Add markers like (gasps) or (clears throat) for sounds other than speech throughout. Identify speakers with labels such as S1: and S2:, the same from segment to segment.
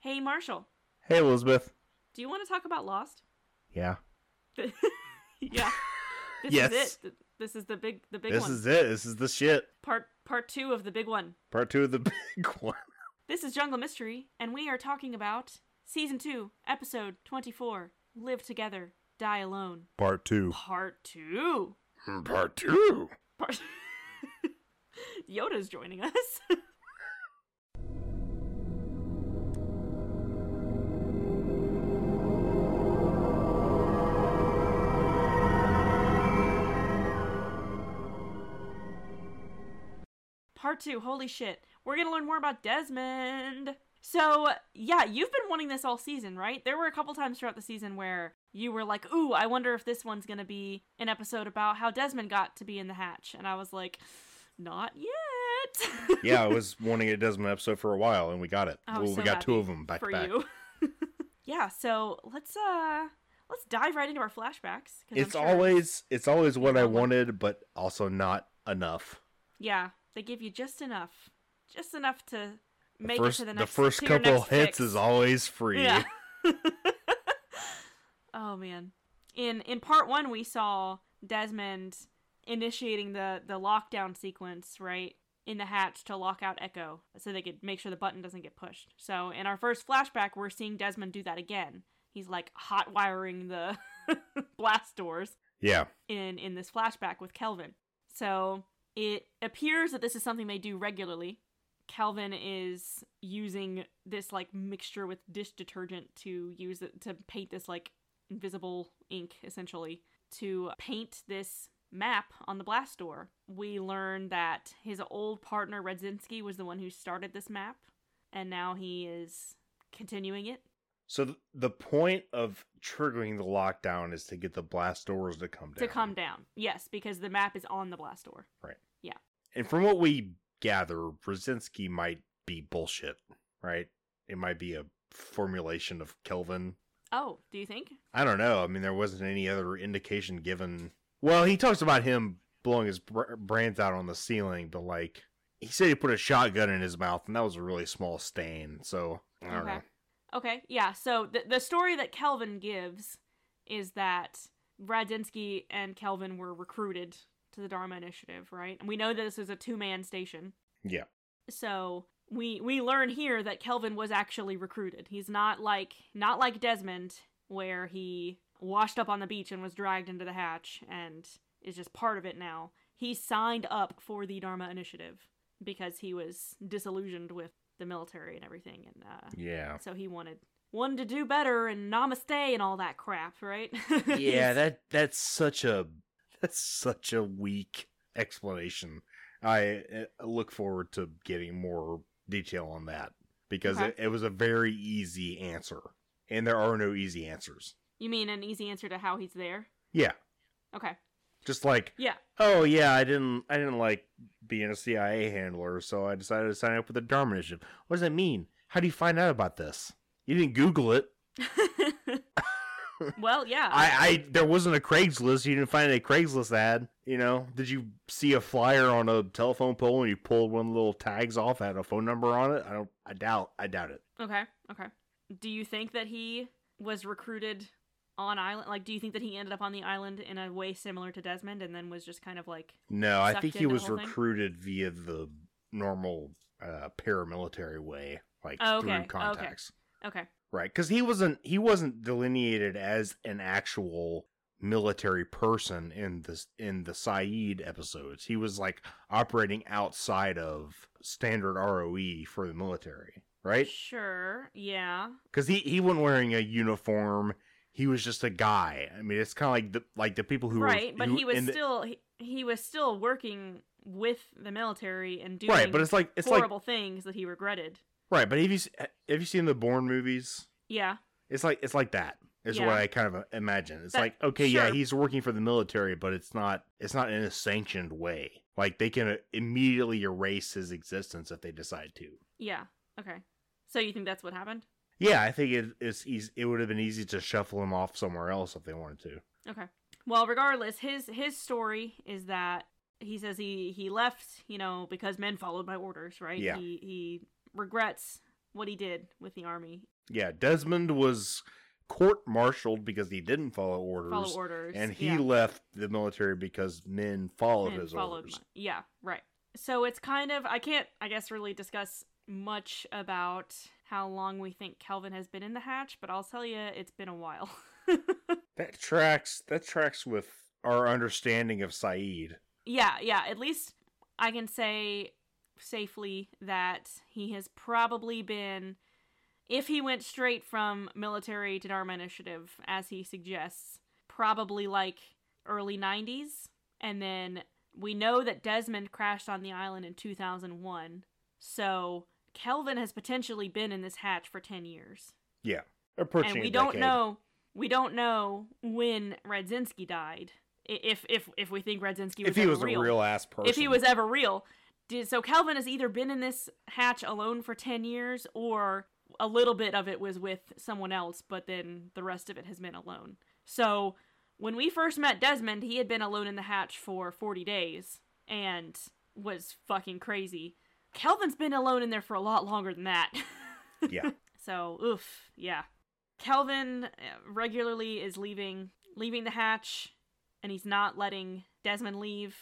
S1: Hey, Marshall,
S2: Hey, Elizabeth.
S1: do you want to talk about Lost? (laughs)
S2: Yeah.
S1: yeah. This
S2: Yes.
S1: is it. Th- This is the big the big
S2: this
S1: one.
S2: is it. This is the shit.
S1: part part 2 of the big one.
S2: Part two of the (laughs) big one.
S1: This is Jungle Mystery and we are talking about season 2, episode 24, Live Together, Die Alone,
S2: Part two.
S1: part 2.
S2: (laughs) Part two.
S1: Part (laughs) Yoda's joining us. (laughs) Part two, holy shit. We're gonna learn more about Desmond. So, yeah, you've been wanting this all season, right? There were a couple times throughout the season where you were like, ooh, I wonder if this one's gonna be an episode about how Desmond got to be in the hatch. And I was like, not yet. (laughs)
S2: yeah, I was wanting a Desmond episode for a while, and we got it.
S1: I
S2: well,
S1: was
S2: we
S1: so
S2: got two
S1: happy
S2: of them back
S1: for
S2: to back.
S1: you. (laughs) yeah, so let's uh let's dive right into our flashbacks. 'cause I'm
S2: It's
S1: sure-
S2: always it's always what I wanted, but also not enough.
S1: yeah. They give you just enough, just enough to make
S2: first,
S1: it to the next.
S2: first
S1: to your
S2: couple
S1: next
S2: hits
S1: fix.
S2: is always free. (laughs)
S1: Yeah. (laughs) oh man. In in part one, we saw Desmond initiating the the lockdown sequence right in the hatch to lock out Echo, so they could make sure the button doesn't get pushed. So in our first flashback, we're seeing Desmond do that again. He's like hot wiring the (laughs) blast doors
S2: Yeah.
S1: in in this flashback with Kelvin. So it appears that this is something they do regularly. Kelvin is using this like mixture with dish detergent to use it to paint this like invisible ink essentially to paint this map on the blast door. We learn that his old partner Redzinski was the one who started this map and now he is continuing it.
S2: So th- the point of triggering the lockdown is to get the blast doors to come
S1: To
S2: down.
S1: come down. Yes, because the map is on the blast door.
S2: And from what we gather, Brzezinski might be bullshit, right? It might be a formulation of Kelvin.
S1: Oh, do you think?
S2: I don't know. I mean, there wasn't any other indication given. Well, he talks about him blowing his br- brains out on the ceiling, but like he said, he put a shotgun in his mouth, and that was a really small stain. So I don't
S1: Okay.
S2: know.
S1: Okay, yeah. So the the story that Kelvin gives is that Radzinsky and Kelvin were recruited to the Dharma Initiative, right? And we know that this is a two man station.
S2: Yeah.
S1: So we we learn here that Kelvin was actually recruited. He's not like not like Desmond, where he washed up on the beach and was dragged into the hatch and is just part of it now. He signed up for the Dharma Initiative because he was disillusioned with the military and everything, and uh,
S2: Yeah.
S1: so he wanted wanted to do better and namaste and all that crap, right? (laughs)
S2: yeah. That that's such a that's such a weak explanation. I uh, look forward to getting more detail on that because
S1: Okay.
S2: it, it was a very easy answer, and there are no easy answers.
S1: you mean an easy answer to how he's there?
S2: Yeah.
S1: Okay. (laughs)
S2: Just like
S1: Yeah.
S2: Oh yeah, I didn't. I didn't like being a CIA handler, so I decided to sign up with the Dharma Initiative. What does that mean? How do you find out about this? You didn't Google it.
S1: well, yeah.
S2: I, I there wasn't a Craigslist. You didn't find a Craigslist ad. You know? Did you see a flyer on a telephone pole and you pulled one of the little tags off that had a phone number on it? I don't. I doubt. I doubt it.
S1: Okay. Okay. Do you think that he was recruited on island? Like, do you think that he ended up on the island in a way similar to Desmond, and then was just kind of like,
S2: No, I
S1: Sucked
S2: think he
S1: into the
S2: was
S1: whole thing?
S2: recruited via the normal uh, paramilitary way, like
S1: Oh, okay,
S2: through
S1: okay.
S2: contacts.
S1: okay,
S2: Right, because he wasn't he wasn't delineated as an actual military person in this in the Saeed episodes. He was like operating outside of standard ROE for the military, right?
S1: sure, yeah,
S2: Because he he wasn't wearing a uniform. He was just a guy. I mean, it's kind of like the like the people who were-
S1: right. But
S2: who
S1: he was
S2: in the-
S1: still he, he was still working with the military and doing
S2: right. But it's like it's like
S1: horrible things that he regretted.
S2: right. But have you s- have you seen the Bourne movies?
S1: Yeah.
S2: It's like it's like that is
S1: Yeah.
S2: what I kind of uh, imagine. It's
S1: That-
S2: like okay, yeah,
S1: sure.
S2: he's working for the military, but it's not it's not in a sanctioned way. Like they can uh, immediately erase his existence if they decide to.
S1: Yeah. Okay. So you think that's what happened?
S2: Yeah, I think it, it's easy, it would have been easy to shuffle him off somewhere else if they wanted to.
S1: Okay. Well, regardless, his his story is that he says he he left, you know, because men followed my orders, right?
S2: Yeah.
S1: He he regrets what he did with the army.
S2: Yeah, Desmond was court martialed because he didn't follow orders.
S1: Follow orders.
S2: And he
S1: yeah.
S2: left the military because men followed
S1: and
S2: his
S1: followed
S2: orders.
S1: my- yeah, right. So it's kind of I can't I guess really discuss much about how long we think Kelvin has been in the hatch, but I'll tell you it's been a while. (laughs)
S2: That tracks that tracks with our understanding of Saeed.
S1: yeah, yeah, at least I can say safely that he has probably been if he went straight from military to Dharma initiative as he suggests, probably like early 90s and then we know that Desmond crashed on the island in 2001. So Kelvin has potentially been in this hatch for 10 years.
S2: Approaching
S1: and we
S2: a
S1: don't
S2: decade.
S1: know we don't know when Radzinski died. I- If if if we think Radzinski was
S2: if he
S1: ever
S2: was
S1: real.
S2: a real ass person.
S1: if he was ever real. Did, so Kelvin has either been in this hatch alone for 10 years or a little bit of it was with someone else, but then the rest of it has been alone. So when we first met Desmond, he had been alone in the hatch for 40 days and was fucking crazy. Kelvin's been alone in there for a lot longer than that. (laughs)
S2: Yeah.
S1: So, oof, yeah. Kelvin uh, regularly is leaving leaving the hatch and he's not letting Desmond leave.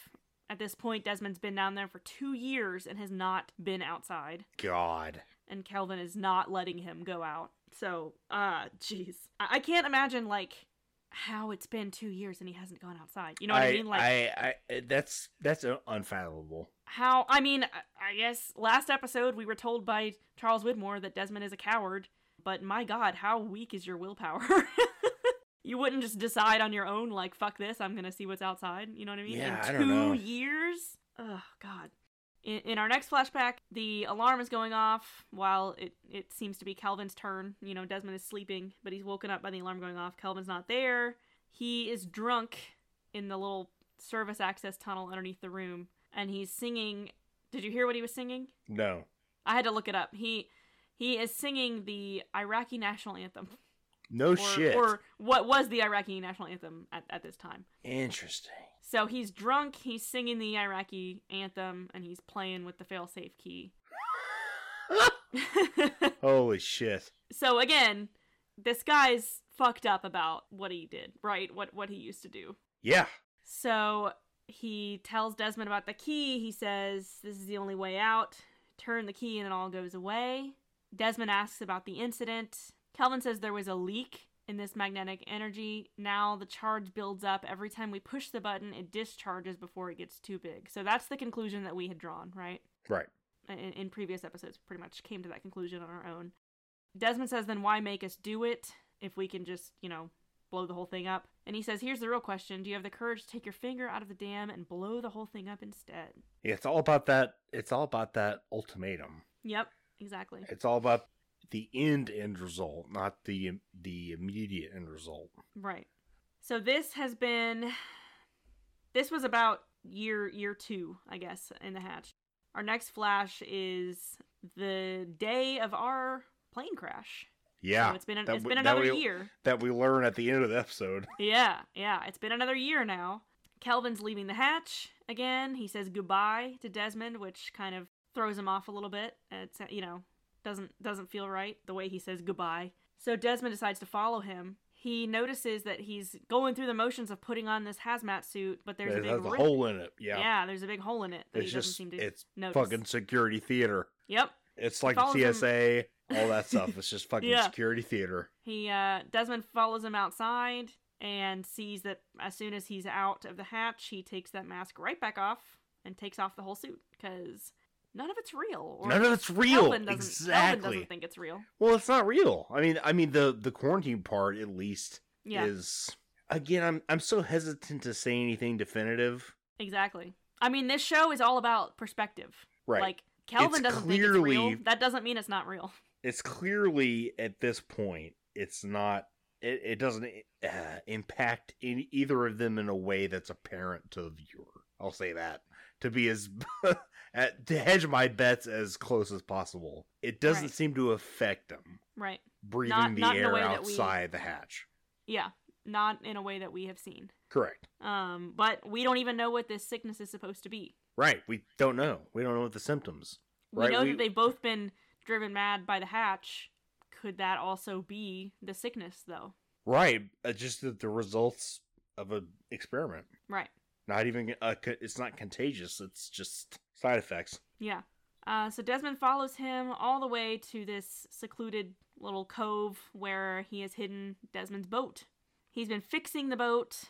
S1: At this point, Desmond's been down there for 2 years and has not been outside
S2: God.
S1: and Kelvin is not letting him go out. So, uh, jeez. I-, I can't imagine like how it's been 2 years and he hasn't gone outside. You know what I, mean? Like
S2: I, I- that's that's unfathomable.
S1: how I mean, I- I guess last episode we were told by Charles Widmore that Desmond is a coward, but my god, how weak is your willpower? (laughs) you wouldn't just decide on your own like fuck this, I'm going to see what's outside, you know what I mean?
S2: Yeah,
S1: In 2
S2: I don't know.
S1: years? Oh god. In, in our next flashback, the alarm is going off while it, it seems to be Calvin's turn. You know, Desmond is sleeping, but he's woken up by the alarm going off. Calvin's not there. He is drunk in the little service access tunnel underneath the room and he's singing did you hear what he was singing
S2: No.
S1: i had to look it up he he is singing the iraqi national anthem or,
S2: No Oh, shit.
S1: or what was the iraqi national anthem at, at this time
S2: Interesting.
S1: so he's drunk he's singing the iraqi anthem and he's playing with the failsafe key (laughs)
S2: Holy shit.
S1: so again this guy's fucked up about what he did right what what he used to do
S2: Yeah.
S1: So he tells Desmond about the key. He says, This is the only way out. Turn the key and it all goes away. Desmond asks about the incident. Kelvin says there was a leak in this magnetic energy. Now the charge builds up. Every time we push the button, it discharges before it gets too big. So that's the conclusion that we had drawn, right?
S2: Right.
S1: in, in previous episodes pretty much came to that conclusion on our own. Desmond says, then why make us do it if we can just, you know, blow the whole thing up? And he says, here's the real question Do you have the courage to take your finger out of the dam and blow the whole thing up instead?
S2: Yeah, It's all about that. It's all about that ultimatum.
S1: Yep, exactly.
S2: It's all about the end end result, not the the immediate end result.
S1: Right. So this has been this was about year year 2, I guess, in the hatch. Our next flash is the day of our plane crash.
S2: Yeah.
S1: so it's been an,
S2: that
S1: it's
S2: w-
S1: been
S2: that
S1: another
S2: we-
S1: year.
S2: that we learn at the end of the episode.
S1: Yeah, yeah. It's been another year now. Kelvin's leaving the hatch again. He says goodbye to Desmond, which kind of throws him off a little bit. It's you know doesn't doesn't feel right the way he says goodbye. So Desmond decides to follow him. He notices that he's going through the motions of putting on this hazmat suit, but there's, a big rip-
S2: hole in it. Yeah.
S1: Yeah. there's a big hole in it that
S2: it's
S1: he doesn't
S2: just
S1: seem to
S2: it's
S1: notice.
S2: fucking security theater.
S1: Yep.
S2: It's like
S1: follows him-
S2: TSA, all that stuff. It's
S1: (laughs)
S2: just fucking
S1: Yeah.
S2: security theater.
S1: He uh Desmond follows him outside and sees that as soon as he's out of the hatch, he takes that mask right back off and takes off the whole suit because none of it's real.
S2: None of it's real.
S1: Kelvin doesn't,
S2: exactly.
S1: Kelvin doesn't think it's real.
S2: Well, it's not real. I mean, I mean the the quarantine part at least
S1: Yeah,
S2: is again. I'm I'm so hesitant to say anything definitive.
S1: exactly. I mean, this show is all about perspective.
S2: Right.
S1: Like Kelvin
S2: It's
S1: doesn't think it's
S2: clearly-
S1: real. That doesn't mean it's not real. (laughs)
S2: it's clearly at this point it's not. It, it doesn't uh, impact in either of them in a way that's apparent to the viewer. I'll say that to be as (laughs) at, to hedge my bets as close as possible. It doesn't
S1: Right.
S2: seem to affect them
S1: Right.
S2: breathing
S1: Not-
S2: the
S1: not in a
S2: air
S1: way that we-
S2: outside the hatch.
S1: Yeah. Not in a way that we have seen.
S2: Correct.
S1: Um, but we don't even know what this sickness is supposed to be.
S2: Right. We don't know. We don't know what the symptoms.
S1: We
S2: Right,
S1: know
S2: we-
S1: that they've both been driven mad by the hatch. Could that also be the sickness, though?
S2: Right. Uh, just the, the results of an experiment.
S1: Right.
S2: Not even, uh, co- it's not contagious. It's just side effects.
S1: Yeah. Uh, so Desmond follows him all the way to this secluded little cove where he has hidden Desmond's boat. He's been fixing the boat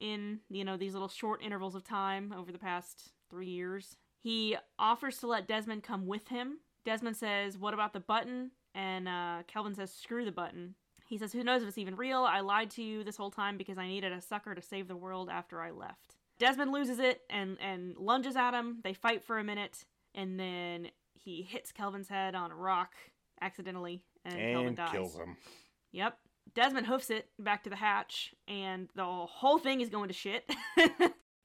S1: in, you know, these little short intervals of time over the past three years. He offers to let Desmond come with him. Desmond says, What about the button? And uh, Kelvin says, Screw the button. He says, Who knows if it's even real? I lied to you this whole time because I needed a sucker to save the world after I left. Desmond loses it and, and lunges at him. They fight for a minute, and then he hits Kelvin's head on a rock accidentally, and, Kelvin
S2: And
S1: dies.
S2: kills him.
S1: Yep. Desmond hoofs it back to the hatch, and the whole thing is going to shit. (laughs)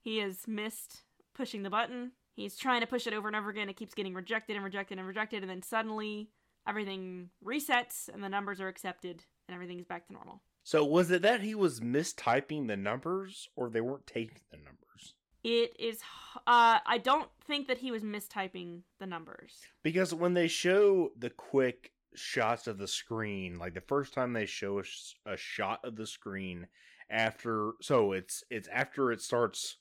S1: he has missed pushing the button. He's trying to push it over and over again. It keeps getting rejected and rejected and rejected, and then suddenly everything resets and the numbers are accepted and everything's back to normal.
S2: So was it that he was mistyping the numbers or they weren't taking the numbers?
S1: It is. h- Uh, I don't think that he was mistyping the numbers.
S2: Because when they show the quick shots of the screen, like the first time they show a, sh- a shot of the screen after, so it's it's after it starts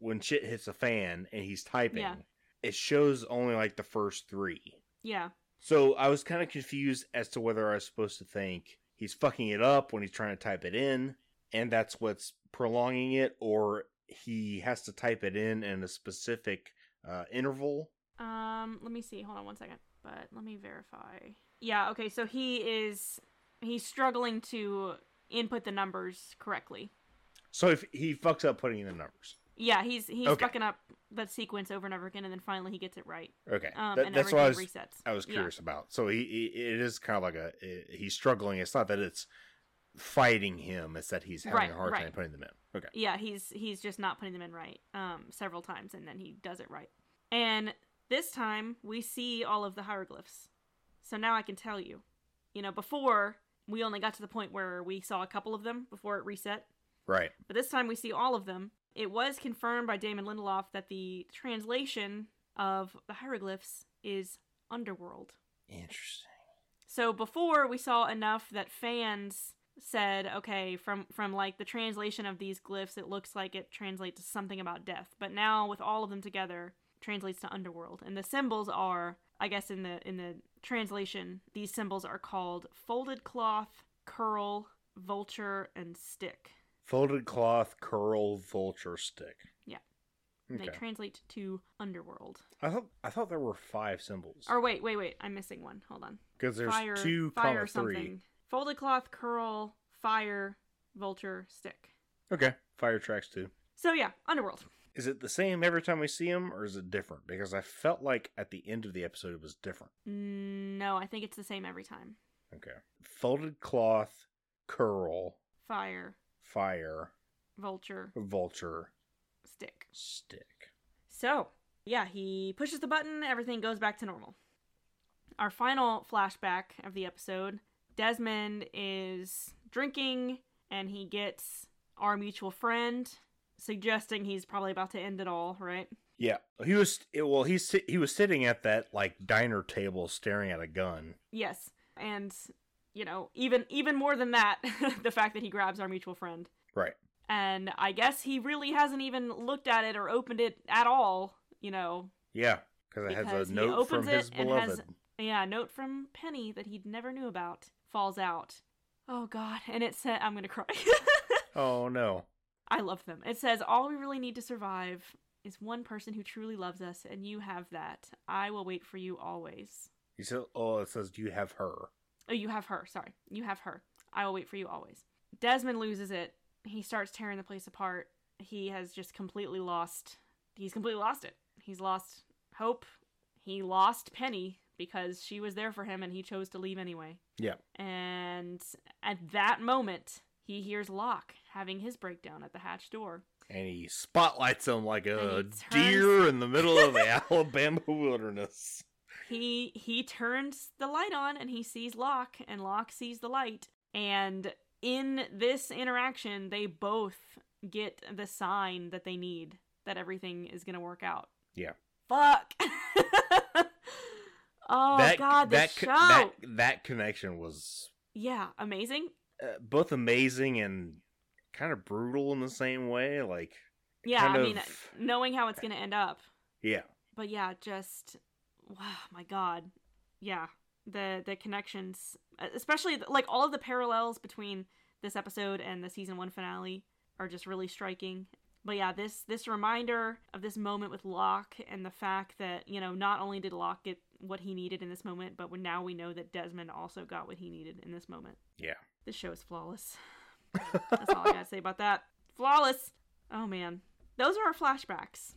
S2: when shit hits a fan and he's typing.
S1: Yeah.
S2: It shows only like the first three.
S1: Yeah.
S2: So I was kind of confused as to whether I was supposed to think he's fucking it up when he's trying to type it in, and that's what's prolonging it, or he has to type it in in a specific uh, interval.
S1: Um, let me see. Hold on one second. But let me verify. Yeah, okay. So he is he's struggling to input the numbers correctly.
S2: So if he fucks up putting in the numbers,
S1: Yeah, he's he's
S2: Okay.
S1: fucking up that sequence over and over again, and then finally he gets it right.
S2: okay,
S1: Um,
S2: That-
S1: and
S2: that's
S1: everything
S2: what I was
S1: resets.
S2: I was
S1: Yeah.
S2: curious about. So he, he it is kind of like a he's struggling. It's not that it's fighting him; it's that he's having
S1: Right,
S2: a hard
S1: right.
S2: time putting them in. Okay,
S1: Yeah, he's he's just not putting them in right um, several times, and then he does it right. And this time we see all of the hieroglyphs, so now I can tell you. You know, before we only got to the point where we saw a couple of them before it reset,
S2: right.
S1: but this time we see all of them. It was confirmed by Damon Lindelof that the translation of the hieroglyphs is underworld.
S2: Interesting.
S1: So before we saw enough that fans said, okay, from from like the translation of these glyphs, it looks like it translates to something about death. But now with all of them together, translates to underworld. And the symbols are, I guess in the in the translation, these symbols are called folded cloth, curl, vulture, and stick.
S2: Folded cloth, curl, vulture stick.
S1: Yeah. And
S2: Okay.
S1: They translate to underworld.
S2: I thought I thought there were five symbols
S1: Or wait, wait, wait, I'm missing one. Hold on.
S2: because there's
S1: fire,
S2: two
S1: fire
S2: comma three.
S1: something. Folded cloth, curl, fire, vulture, stick.
S2: Okay, fire tracks two.
S1: So yeah, Underworld.
S2: Is it the same every time we see him, or is it different? Because I felt like at the end of the episode it was different.
S1: No, I think it's the same every time.
S2: Okay, folded cloth, curl,
S1: Fire,
S2: fire,
S1: vulture,
S2: vulture
S1: stick.
S2: stick.
S1: So yeah, he pushes the button. Everything goes back to normal. Our final flashback of the episode: Desmond is drinking, and he gets our mutual friend suggesting he's probably about to end it all. Right?
S2: Yeah, he was. it- Well, he's sit- he was sitting at that like diner table staring at a gun.
S1: Yes. And you know, even even more than that, (laughs) the fact that he grabs our mutual friend.
S2: Right.
S1: and I guess he really hasn't even looked at it or opened it at all. You know,
S2: Yeah, because it
S1: Because
S2: has a
S1: he
S2: note from
S1: opens it
S2: his
S1: and has-
S2: beloved.
S1: yeah, a note from Penny that he never knew about falls out. Oh God! And it said, "I'm gonna cry." (laughs)
S2: Oh no.
S1: I love them. It says, "All we really need to survive is one person who truly loves us, and you have that. I will wait for you always."
S2: He said, "Oh, it says, do you have her?"
S1: Oh, you have her. Sorry, you have her. I will wait for you always. Desmond loses it. He starts tearing the place apart. He has just completely lost. He's completely lost it. He's lost hope. He lost Penny because she was there for him and he chose to leave anyway.
S2: Yeah.
S1: And at that moment, he hears Locke having his breakdown at the hatch door.
S2: and he spotlights him like a
S1: And he turns-
S2: deer in the middle of the (laughs) Alabama wilderness.
S1: he he turns the light on and he sees Locke and Locke sees the light and in this interaction they both get the sign that they need that everything is going to work out.
S2: Yeah.
S1: Fuck. (laughs) Oh
S2: that
S1: god, this
S2: that,
S1: show.
S2: co- that that connection was
S1: yeah, amazing.
S2: uh, both amazing and kind of brutal in the same way. Like
S1: Yeah,
S2: kind
S1: I
S2: of-
S1: mean, knowing how it's going to end up.
S2: yeah,
S1: But yeah, just wow, my god. Yeah. The the connections, e, especially like all of the parallels between this episode and the season 1 finale are just really striking. But yeah, this this reminder of this moment with Locke and the fact that, you know, not only did Locke get what he needed in this moment, but now we know that Desmond also got what he needed in this moment.
S2: Yeah.
S1: This show is flawless. That's all I gotta say about that. Flawless. Oh man, those are our flashbacks.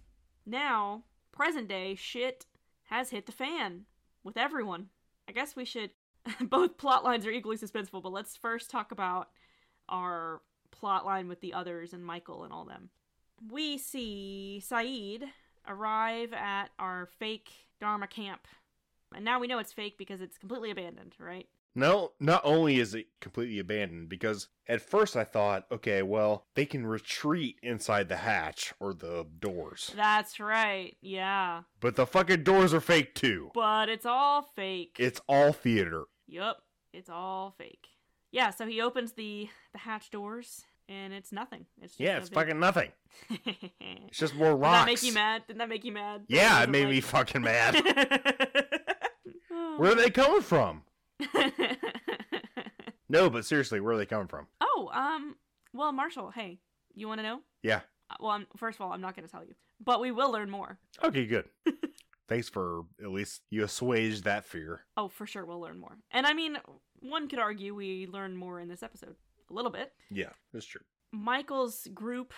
S1: Now, present day shit has hit the fan with everyone. I guess we should. (laughs) Both plot lines are equally suspenseful, but let's first talk about our plot line with the others and Michael and all them. We see Saeed arrive at our fake Dharma camp. And now we know it's fake because it's completely abandoned, right?
S2: No, not only is it completely abandoned, because at first I thought, okay, well, they can retreat inside the hatch or the doors.
S1: That's right, yeah.
S2: But the fucking doors are fake too.
S1: But it's all fake.
S2: It's all theater.
S1: Yep, it's all fake. Yeah, so he opens the the hatch doors and it's nothing. It's just
S2: Yeah,
S1: a
S2: it's
S1: big- (laughs)
S2: fucking (laughs) nothing. It's just more
S1: Did that
S2: rocks.
S1: make you mad? Did that make you mad?
S2: Yeah,
S1: That
S2: it made me
S1: (laughs) wasn't
S2: fucking mad. (laughs)
S1: (laughs) like-
S2: where are they coming from? No, but seriously, where are they coming from?
S1: (laughs) oh, um, well, Marshall, hey, you want to know?
S2: Yeah.
S1: Uh, Well, I'm, first of all, I'm not going to tell you, but we will learn more.
S2: Okay,
S1: (laughs)
S2: good. Thanks for at least you assuaged that fear.
S1: Oh, for sure, we'll learn more. And I mean, one could argue we learn more in this episode a little bit.
S2: Yeah, that's true.
S1: Michael's group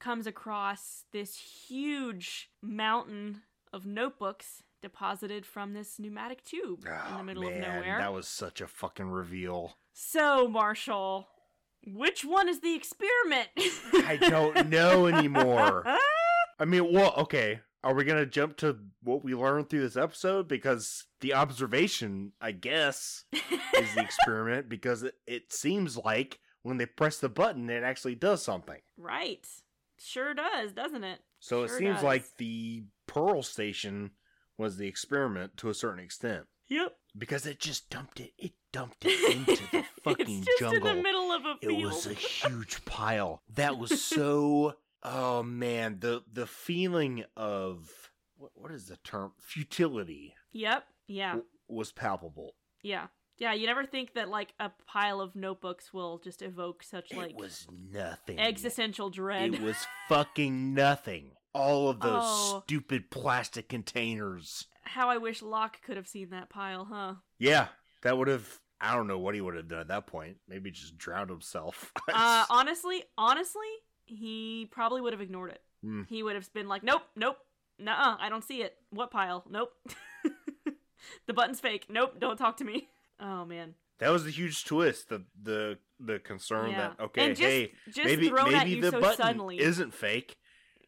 S1: comes across this huge mountain of notebooks deposited from this pneumatic tube in
S2: Ah,
S1: the middle
S2: man,
S1: of nowhere.
S2: That was such a fucking reveal.
S1: So, Marshall, which one is the experiment?
S2: I don't know anymore.
S1: (laughs)
S2: I mean, well, okay. Are we gonna jump to what we learned through this episode? Because the observation, I guess, is
S1: (laughs)
S2: the experiment. because it, it seems like when they press the button, it actually does something.
S1: right. Sure does, doesn't it?
S2: So it
S1: Sure
S2: seems
S1: does.
S2: like the Pearl Station was the experiment to a certain extent
S1: Yep.
S2: because it just dumped it. It dumped it
S1: (laughs)
S2: into the fucking
S1: it's just
S2: jungle.
S1: in the middle of a
S2: It
S1: field. (laughs)
S2: was a huge pile. That was so. oh man, the the feeling of what what is the term futility
S1: Yep. Yeah.
S2: w- was palpable.
S1: Yeah. Yeah. You never think that like a pile of notebooks will just evoke such like
S2: it was nothing.
S1: existential dread.
S2: It was fucking nothing. All of those
S1: Oh.
S2: stupid plastic containers.
S1: How I wish Locke could have seen that pile, huh?
S2: Yeah, that would have. I don't know what he would have done at that point. Maybe just drowned himself. (laughs)
S1: Uh, honestly, honestly, he probably would have ignored it.
S2: Hmm.
S1: He would have been like, "Nope, nope, nah, I don't see it. What pile? Nope. (laughs) the button's fake. Nope, don't talk to me." Oh man.
S2: that was the huge twist. The the the concern
S1: yeah.
S2: that okay,
S1: and just,
S2: hey,
S1: just
S2: maybe
S1: thrown at
S2: maybe
S1: you
S2: the
S1: so
S2: button
S1: suddenly.
S2: isn't fake.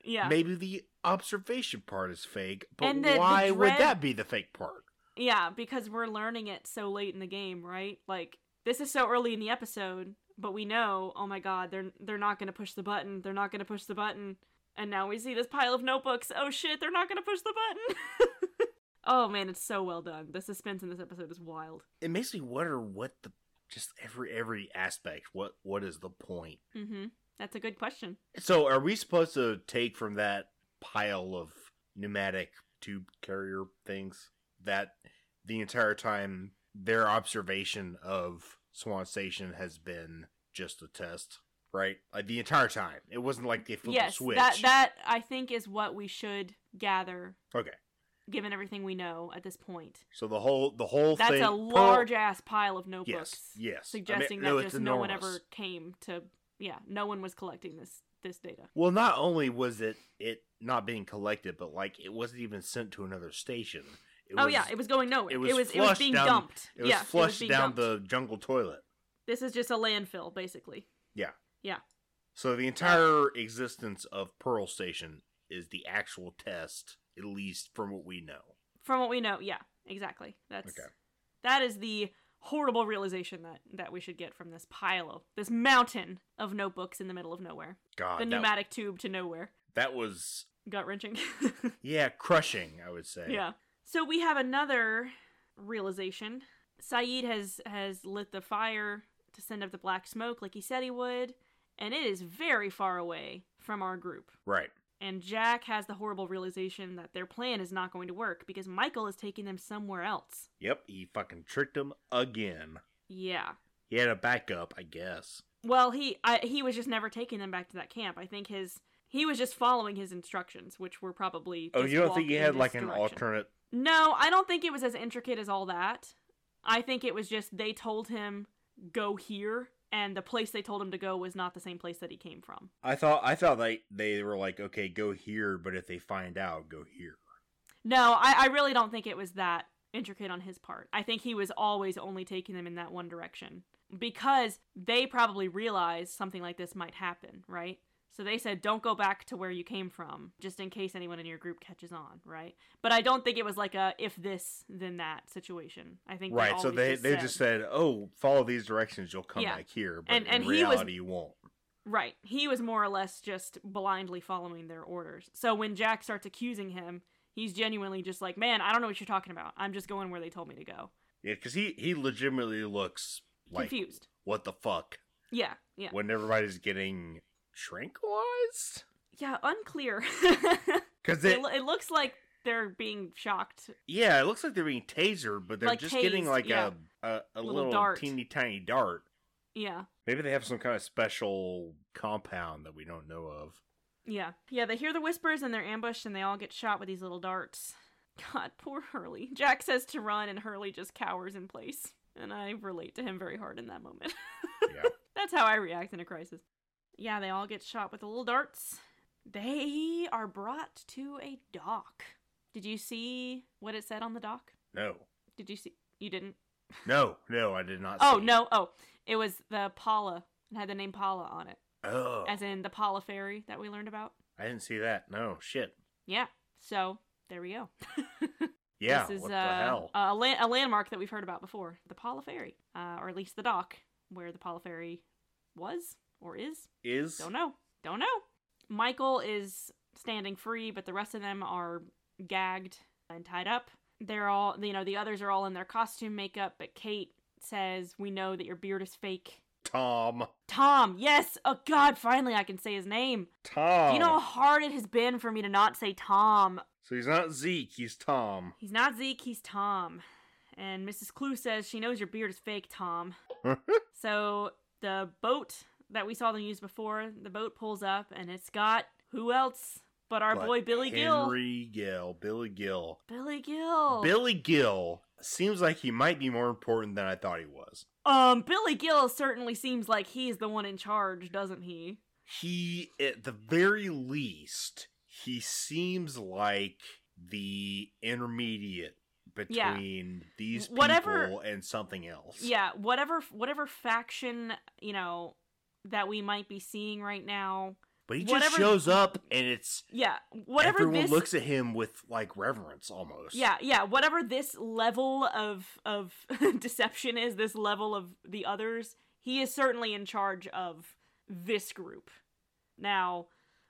S1: yeah.
S2: Maybe the observation part is fake, but
S1: And the- the
S2: why would
S1: dread-
S2: that be the fake part?
S1: Yeah, because we're learning it so late in the game, right? Like this is so early in the episode, but we know, oh my god, they're they're not going to push the button. They're not going to push the button. And now we see this pile of notebooks. Oh shit, they're not going to push the button. (laughs) oh man, it's so well done. The suspense in this episode is wild.
S2: It makes me wonder what the just every every aspect. What what is the point?
S1: Mhm. That's a good question.
S2: So are we supposed to take from that pile of pneumatic tube carrier things that the entire time their observation of Swan Station has been just a test, right? Like the entire time. It wasn't like they flipped
S1: yes,
S2: a switch.
S1: that that I think is what we should gather
S2: okay.
S1: given everything we know at this point.
S2: So the whole the whole
S1: That's
S2: thing
S1: a
S2: Pearl-
S1: large ass pile of notebooks.
S2: Yes, yes. I mean,
S1: suggesting
S2: no,
S1: that
S2: it's
S1: just no one
S2: enormous.
S1: ever came to yeah no one was collecting this this data
S2: Well, not only was it it not being collected, but like it wasn't even sent to another station. It
S1: oh
S2: was,
S1: yeah it was going nowhere
S2: it
S1: it
S2: was
S1: was it was,
S2: flushed
S1: being
S2: down-
S1: dumped
S2: it was
S1: yeah
S2: flushed
S1: being
S2: down
S1: dumped.
S2: the jungle toilet.
S1: this is just a landfill basically
S2: So the entire existence of Pearl Station is the actual test, at least from what we know.
S1: from what we know yeah exactly that's
S2: Okay.
S1: that is the horrible realization that that we should get from this pile of this mountain of notebooks in the middle of nowhere
S2: God,
S1: the
S2: that,
S1: pneumatic tube to nowhere
S2: that was
S1: (laughs) gut wrenching
S2: yeah, crushing. I would say.
S1: Yeah. So we have another realization. Saeed has has lit the fire to send up the black smoke like he said he would, and it is very far away from our group.
S2: Right.
S1: And Jack has the horrible realization that their plan is not going to work because Michael is taking them somewhere else.
S2: Yep. He fucking tricked him again.
S1: Yeah.
S2: He had a backup, I guess.
S1: Well, he I, he was just never taking them back to that camp. I think his he was just following his instructions, which were probably.
S2: Oh,
S1: just
S2: you don't
S1: walk
S2: think he
S1: in
S2: had
S1: this
S2: like an
S1: direction.
S2: alternate?
S1: No, I don't think it was as intricate as all that. I think it was just they told him go here, and the place they told him to go was not the same place that he came from.
S2: I thought I thought they they were like, okay, go here, but if they find out, go here.
S1: No, I, I really don't think it was that intricate on his part. I think he was always only taking them in that one direction because they probably realized something like this might happen, right? So they said, don't go back to where you came from, just in case anyone in your group catches on, right? But I don't think it was like a if this, then that situation. I think
S2: Right. So
S1: always
S2: they they just said, oh, follow these directions, you'll come
S1: Yeah.
S2: back here, but
S1: And- and
S2: in
S1: he was-
S2: reality, you won't.
S1: Right. He was more or less just blindly following their orders. So when Jack starts accusing him, he's genuinely just like, man, I don't know what you're talking about. I'm just going where they told me to go.
S2: Yeah, because he he legitimately looks like
S1: Confused.
S2: what the fuck
S1: Yeah. Yeah.
S2: when everybody's getting tranquilized.
S1: Yeah. Unclear. (laughs)
S2: Because
S1: it,
S2: it,
S1: lo- it looks like they're being shocked.
S2: yeah, it looks like they're being tasered, but they're
S1: Like
S2: just getting
S1: tased,
S2: like
S1: yeah.
S2: a a, a
S1: Little
S2: little,
S1: dart.
S2: teeny tiny dart.
S1: Yeah.
S2: Maybe they have some kind of special compound that we don't know of.
S1: Yeah. Yeah. They hear the whispers and they're ambushed and they all get shot with these little darts. God, (laughs) poor Hurley. Jack says to run and Hurley just cowers in place. And I relate to him very hard in that moment. (laughs)
S2: Yeah.
S1: That's how I react in a crisis. Yeah, they all get shot with the little darts. They are brought to a dock. Did you see what it said on the dock?
S2: no,
S1: Did you see? You didn't?
S2: no, no, I did not.
S1: Oh,
S2: see.
S1: no. Oh, it was the Paula. It had the name Paula on it,
S2: Oh,
S1: as in the Paula ferry that we learned about.
S2: I didn't see that. No shit.
S1: Yeah. So there we go. (laughs)
S2: Yeah,
S1: this is
S2: what
S1: uh,
S2: the hell?
S1: A, la- a landmark that we've heard about before the Paula ferry, uh, or at least the dock where the Paula ferry was or is.
S2: is
S1: Don't know. Don't know. Michael is standing free, but the rest of them are gagged and tied up. They're all, you know, the others are all in their costume makeup, but Kate says, We know that your beard is fake.
S2: Tom?
S1: Tom, yes! Oh, God, finally I can say his name.
S2: Tom.
S1: You know how hard it has been for me to not say Tom.
S2: so he's not Zeke. He's Tom.
S1: He's not Zeke, he's Tom. And Mrs. Clue says she knows your beard is fake,
S2: (laughs)
S1: Tom. so the boat that we saw them use before, the boat pulls up and it's got who else but our
S2: But
S1: boy Billy Gill. Oh.
S2: Henry Gill. Billy Gill.
S1: Billy Gill.
S2: Billy Gill seems like he might be more important than I thought he was.
S1: um, Billy Gill certainly seems like he's the one in charge, doesn't he?
S2: He, at the very least, he seems like the intermediate
S1: Yeah.
S2: between these
S1: Whatever-
S2: people and something else.
S1: Yeah, whatever whatever faction, you know, that we might be seeing right now.
S2: But he
S1: Whatever-
S2: just shows up and it's
S1: Yeah, whatever
S2: everyone
S1: this
S2: looks at him with like reverence almost.
S1: Yeah, yeah. Whatever this level of of (laughs) deception is, this level of the others, he is certainly in charge of this group. Now,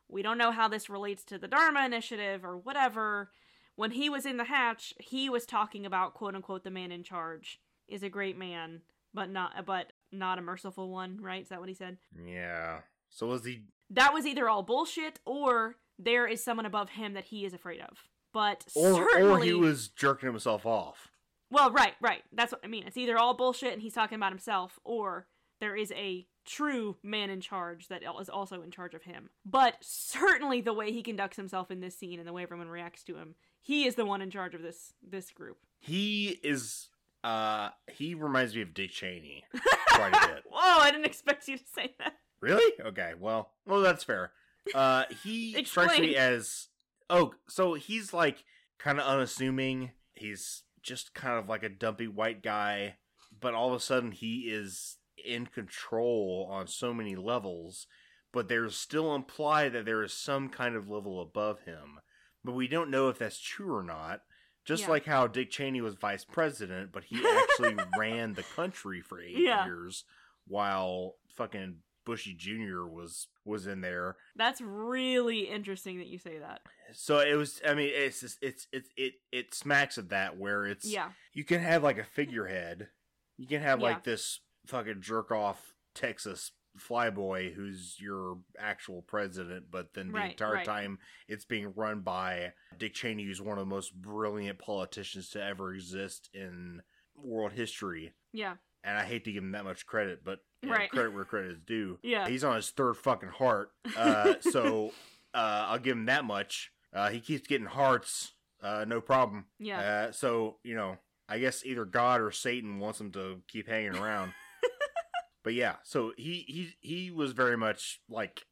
S1: we don't know how this relates to the Dharma Initiative or whatever. When he was in the hatch, he was talking about quote unquote the man in charge is a great man, but not but not a merciful one, right? Is that what he said?
S2: Yeah. So was he
S1: That was either all bullshit or there is someone above him that he is afraid of. But
S2: or
S1: certainly
S2: or he was jerking himself off.
S1: Well, right, right. That's what I mean. It's either all bullshit and he's talking about himself, or there is a true man in charge that is also in charge of him. But certainly the way he conducts himself in this scene and the way everyone reacts to him, he is the one in charge of this this group.
S2: He is uh he reminds me of Dick Cheney quite a bit.
S1: (laughs) Whoa, I didn't expect you to say that.
S2: Really? Okay. Well, well, that's fair. Uh, he strikes
S1: (laughs) Explain.
S2: me as oh, so he's like kind of unassuming. He's just kind of like a dumpy white guy, but all of a sudden he is in control on so many levels. But there's still implied that there is some kind of level above him, but we don't know if that's true or not. Just
S1: Yeah.
S2: like how Dick Cheney was vice
S1: (laughs)
S2: president, but he actually ran the country for eight
S1: Yeah.
S2: years while fucking Bushy Jr. was was in there.
S1: That's really interesting that you say that.
S2: So it was. I mean, it's just, it's it it it smacks of that where it's
S1: Yeah.
S2: you can have like a figurehead. You can have
S1: Yeah.
S2: like this fucking jerk off Texas flyboy who's your actual president, but then the
S1: Right,
S2: entire
S1: right.
S2: time it's being run by Dick Cheney, who's one of the most brilliant politicians to ever exist in world history.
S1: Yeah.
S2: And I hate to give him that much credit, but you know,
S1: Right.
S2: credit where credit is due.
S1: (laughs) Yeah.
S2: He's on his third fucking heart. Uh,
S1: (laughs)
S2: so uh, I'll give him that much. Uh, he keeps getting hearts, uh, no problem.
S1: Yeah.
S2: Uh, so you know, I guess either God or Satan wants him to keep
S1: (laughs)
S2: hanging around. but yeah, so he he he was very much like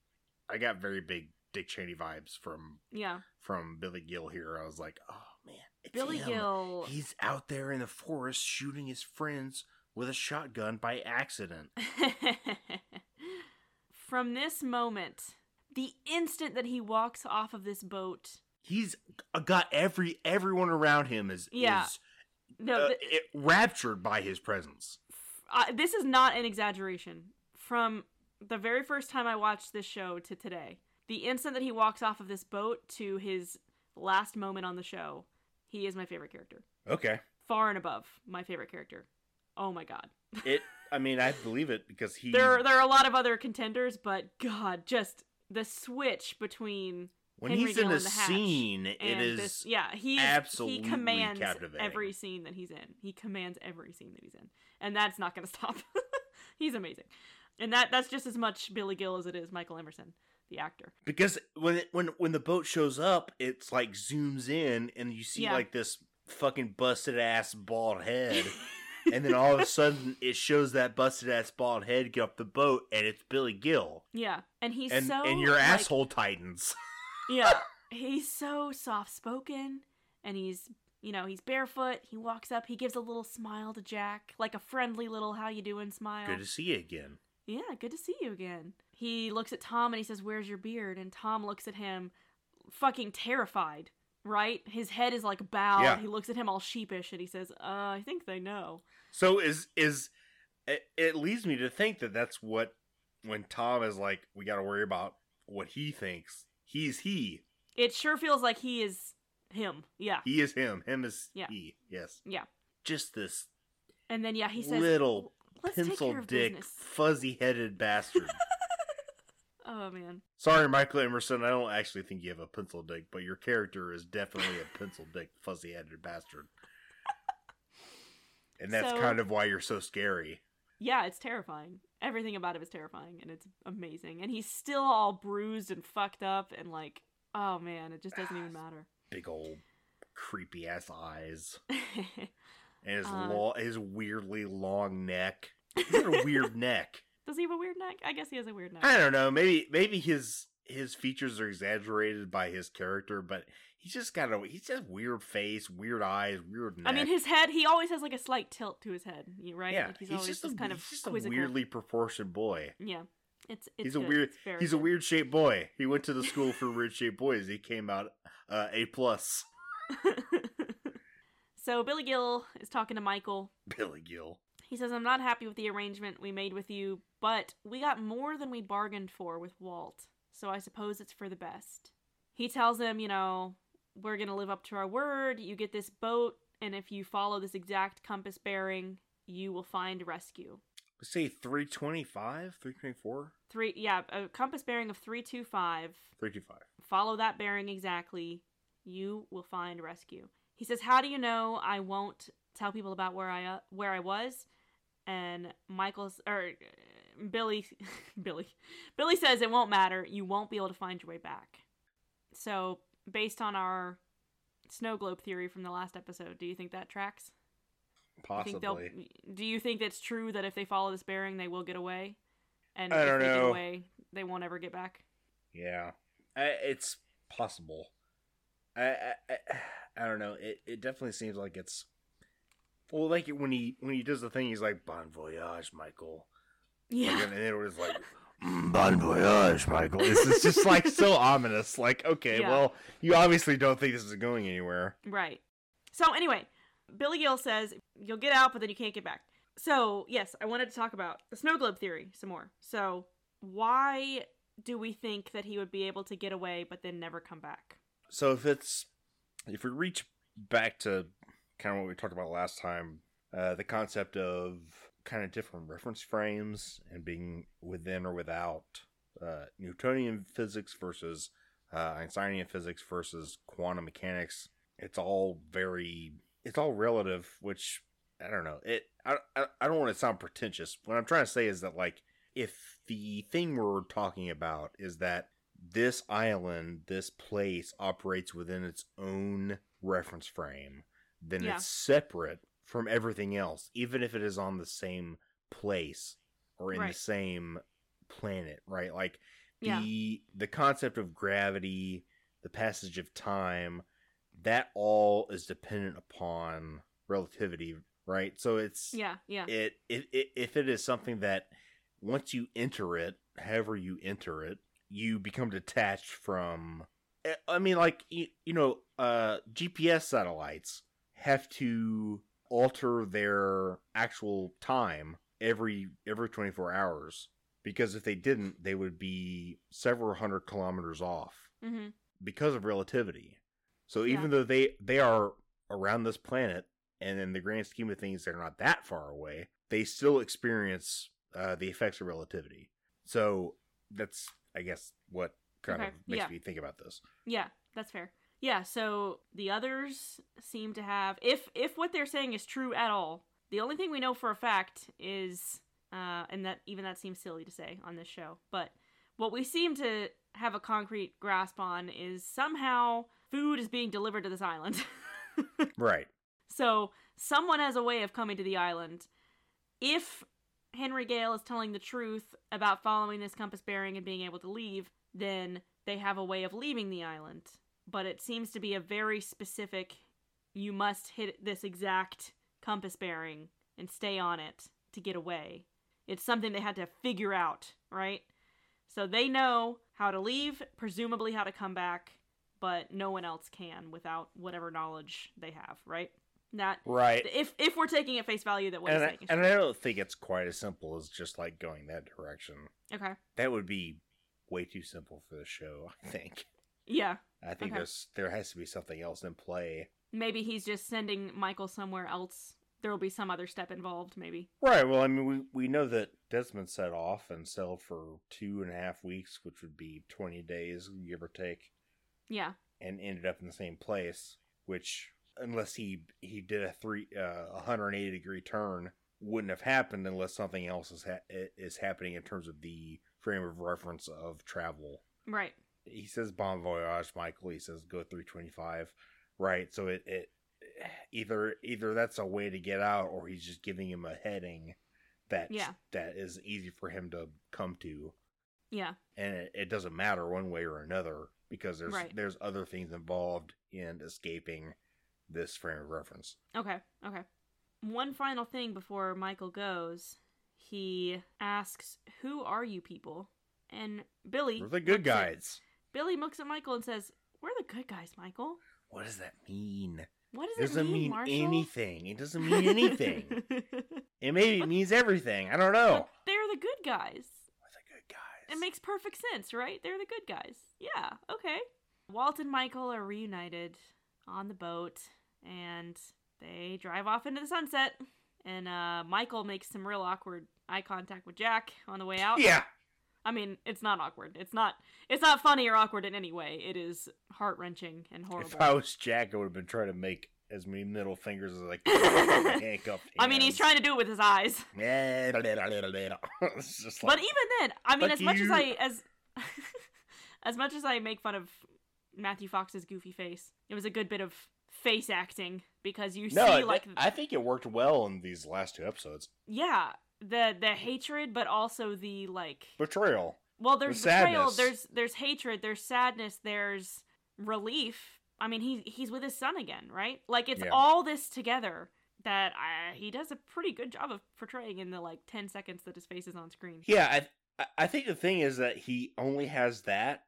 S2: I got very big Dick Cheney vibes from
S1: yeah.
S2: from Billy Gill here. I was like, oh man, it's
S1: Billy
S2: him.
S1: Gill.
S2: He's out there in the forest shooting his friends with a shotgun by accident.
S1: (laughs) From this moment, the instant that he walks off of this boat,
S2: He's got every everyone around him is
S1: Yeah.
S2: is
S1: no,
S2: uh,
S1: th-
S2: it, raptured by his presence.
S1: I, this is not an exaggeration. From the very first time I watched this show to today, the instant that he walks off of this boat to his last moment on the show, he is my favorite character.
S2: Okay.
S1: Far and above my favorite character. Oh my god.
S2: It I mean, I believe it because he
S1: There there are a lot of other contenders, but god, just the switch between
S2: when
S1: Henry
S2: he's
S1: Gill
S2: in
S1: in
S2: a
S1: the hatch
S2: scene, it
S1: and
S2: is
S1: this yeah, he
S2: absolutely
S1: he commands
S2: captivating.
S1: every scene that he's in. He commands every scene that he's in. And that's not going to (laughs) stop. he's amazing. And that that's just as much Billy Gill as it is Michael Emerson, the actor.
S2: because when it, when when the boat shows up, it's like zooms in and you see
S1: Yeah.
S2: like this fucking busted ass
S1: (laughs)
S2: bald head, and then all of a sudden it shows that busted ass bald head get off the boat, and it's Billy Gill,
S1: yeah. And he's
S2: and
S1: so
S2: and your
S1: like-
S2: asshole (laughs) tightens.
S1: Yeah. He's so soft spoken and he's you know, he's barefoot. He walks up, he gives a little smile to Jack, like a friendly little how you doing smile.
S2: Good to see you again.
S1: Yeah, good to see you again. He looks at Tom and he says, Where's your beard? And Tom looks at him, fucking terrified, right? His head is like bowed.
S2: Yeah.
S1: He looks at him all sheepish and he says, uh, I think they know.
S2: So is is it, it leads me to think that that's what when Tom is like, we got to worry about what he thinks. He's he.
S1: It sure feels like he is him. Yeah.
S2: He is him. Him is
S1: Yeah.
S2: he. Yes.
S1: Yeah.
S2: Just this
S1: And then, yeah, he says,
S2: Little
S1: "Let's take
S2: pencil
S1: care of
S2: dick,
S1: business."
S2: fuzzy
S1: (laughs)
S2: headed bastard.
S1: Oh, man.
S2: Sorry, Michael Emerson. I don't actually think you have a pencil dick, but your character is definitely a pencil dick, fuzzy headed bastard. And that's
S1: So-
S2: kind of why you're so scary.
S1: Yeah, it's terrifying. Everything about him is terrifying and it's amazing. And he's still all bruised and fucked up and like, oh, man, it just doesn't
S2: (sighs)
S1: even matter. (laughs)
S2: Big old creepy ass eyes. And his
S1: Uh.
S2: long, his weirdly long neck. He's got
S1: (laughs)
S2: a weird neck.
S1: Does he have a weird neck? I guess he has a weird neck.
S2: I don't know. Maybe maybe his his features are exaggerated by his character, but he's just got a he's just weird face, weird eyes, weird neck.
S1: I mean, his head, he always has like a slight tilt to his head, you- right?
S2: yeah,
S1: like,
S2: he's,
S1: he's, always
S2: just,
S1: this
S2: a,
S1: kind
S2: he's
S1: of
S2: just a
S1: quizzical.
S2: weirdly proportioned boy.
S1: Yeah. It's, it's
S2: He's a
S1: good.
S2: weird-
S1: It's very
S2: He's a
S1: good.
S2: weird shaped boy. He went to the school for weird shaped boys. He came out uh, a plus.
S1: (laughs)
S2: (laughs)
S1: so Billy Gill is talking to Michael.
S2: Billy Gill.
S1: He says, I'm not happy with the arrangement we made with you, but we got more than we bargained for with Walt, so I suppose it's for the best. He tells him, you know, we're going to live up to our word. You get this boat, and if you follow this exact compass bearing, you will find rescue.
S2: Let's say three twenty five, three twenty four,
S1: Three, yeah, a compass bearing of 325.
S2: three two five.
S1: follow that bearing exactly, you will find rescue. He says, "How do you know I won't tell people about where I uh, where I was?" And Michael's or uh, Billy (laughs) Billy Billy says it won't matter. You won't be able to find your way back. So, based on our snow globe theory from the last episode, do you think that tracks? You think they'll-
S2: Possibly.
S1: do you think that's true that if they follow this bearing, they will get away? And
S2: I
S1: if
S2: don't
S1: they get
S2: know.
S1: away, they won't ever get back.
S2: Yeah, I, it's possible. I, I I I don't know. It it definitely seems like it's well, like when he when he does the thing, he's like "Bon voyage, Michael,"
S1: Yeah.
S2: Like, and then it was like "Mm, "Bon voyage, Michael." It's, it's just like (laughs) so ominous. Like, okay,
S1: Yeah.
S2: well, you obviously don't think this is going anywhere.
S1: (laughs) Right. So anyway, Billy Gill says you'll get out, but then you can't get back. So yes, I wanted to talk about the snow globe theory some more. So why do we think that he would be able to get away but then never come back?
S2: So if it's if we reach back to kind of what we talked about last time, uh, the concept of kind of different reference frames and being within or without uh, Newtonian physics versus uh, Einsteinian physics versus quantum mechanics, it's all very it's all relative. Which I don't know. It I I, I don't want to sound pretentious. What I'm trying to say is that like if the thing we're talking about is that this island, this place operates within its own reference frame, then
S1: Yeah.
S2: it's separate from everything else, even if it is on the same place or in the
S1: Right.
S2: same planet, right? Like
S1: Yeah.
S2: the the concept of gravity, the passage of time, that all is dependent upon relativity, right? So it's
S1: Yeah, yeah.
S2: it, it, it if it is something that once you enter it however you enter it you become detached from I- i mean like you, you know uh gps satellites have to alter their actual time every every 24 hours because if they didn't they would be several hundred kilometers off
S1: hmm
S2: because of relativity. So
S1: Yeah.
S2: even though they they are around this planet, and in the grand scheme of things, they're not that far away. They still experience uh, the effects of relativity. So that's, I guess, what kind
S1: Okay,
S2: of makes
S1: yeah.
S2: me think about this.
S1: Yeah, that's fair. Yeah, so the others seem to have if if what they're saying is true at all, the only thing we know for a fact is uh and that even that seems silly to say on this show, but what we seem to have a concrete grasp on is somehow food is being delivered to this island. (laughs)
S2: Right.
S1: So someone has a way of coming to the island. If Henry Gale is telling the truth about following this compass bearing and being able to leave, then they have a way of leaving the island. But it seems to be a very specific you must hit this exact compass bearing and stay on it to get away. It's something they had to figure out, right? So they know how to leave, presumably how to come back, but no one else can without whatever knowledge they have, right? That
S2: Right.
S1: if if we're taking at face value that what
S2: And
S1: he's
S2: I,
S1: saying is
S2: and I don't think it's quite as simple as just like going that direction.
S1: okay.
S2: That would be way too simple for the show. I think.
S1: Yeah.
S2: I think
S1: Okay.
S2: there's there has to be something else in play.
S1: Maybe he's just sending Michael somewhere else. There will be some other step involved, maybe.
S2: Right. Well, I mean, we, we know that Desmond set off and sailed for two and a half weeks, which would be 20 days, give or take,
S1: Yeah.
S2: and ended up in the same place, which, unless he he did a three uh, 180 degree turn, wouldn't have happened unless something else is, ha- i- is happening in terms of the frame of reference of travel.
S1: Right.
S2: He says bon voyage, Michael. He says go 325. Right. So it, it either either that's a way to get out or he's just giving him a heading that
S1: Yeah.
S2: that is easy for him to come to
S1: Yeah.
S2: and it, it doesn't matter one way or another because there's
S1: Right.
S2: there's other things involved in escaping this frame of reference.
S1: Okay. Okay. One final thing before Michael goes. He asks, "Who are you people?" And Billy
S2: We're the good
S1: looks at-
S2: guys.
S1: Billy looks at Michael and says, "We're the good guys, Michael."
S2: What does that mean?
S1: What
S2: It
S1: does
S2: doesn't
S1: it mean,
S2: mean
S1: Marshall?
S2: anything. It doesn't
S1: (laughs)
S2: mean anything. Oh. it maybe means everything. I don't
S1: But
S2: know.
S1: they're the good guys.
S2: We're the good guys.
S1: It makes perfect sense, right? They're the good guys. Yeah, okay. Walt and Michael are reunited on the boat and they drive off into the sunset. And uh, Michael makes some real awkward eye contact with Jack on the way out.
S2: yeah.
S1: I mean, it's not awkward. It's not it's not funny or awkward in any way. It is heart wrenching and horrible.
S2: If I was Jack, I would have been trying to make as many middle fingers as I (laughs) could. handcuff
S1: I mean, he's
S2: hands.
S1: trying to do it with his eyes.
S2: (laughs) it's just
S1: But
S2: like,
S1: even then, I mean,
S2: fuck
S1: as much as
S2: you.
S1: I as (laughs) as much as I make fun of Matthew Fox's goofy face, it was a good bit of face acting because you
S2: no,
S1: see
S2: it-
S1: like
S2: I think it worked well in these last two episodes.
S1: yeah the the hatred, but also the like
S2: Betrayal,
S1: well, there's
S2: the
S1: betrayal,
S2: sadness.
S1: there's there's hatred, there's sadness, there's relief. I mean, he he's with his son again, right? Like it's
S2: Yeah.
S1: all this together that I, he does a pretty good job of portraying in the like ten seconds that his face is on screen.
S2: yeah. I I- I think the thing is that he only has that,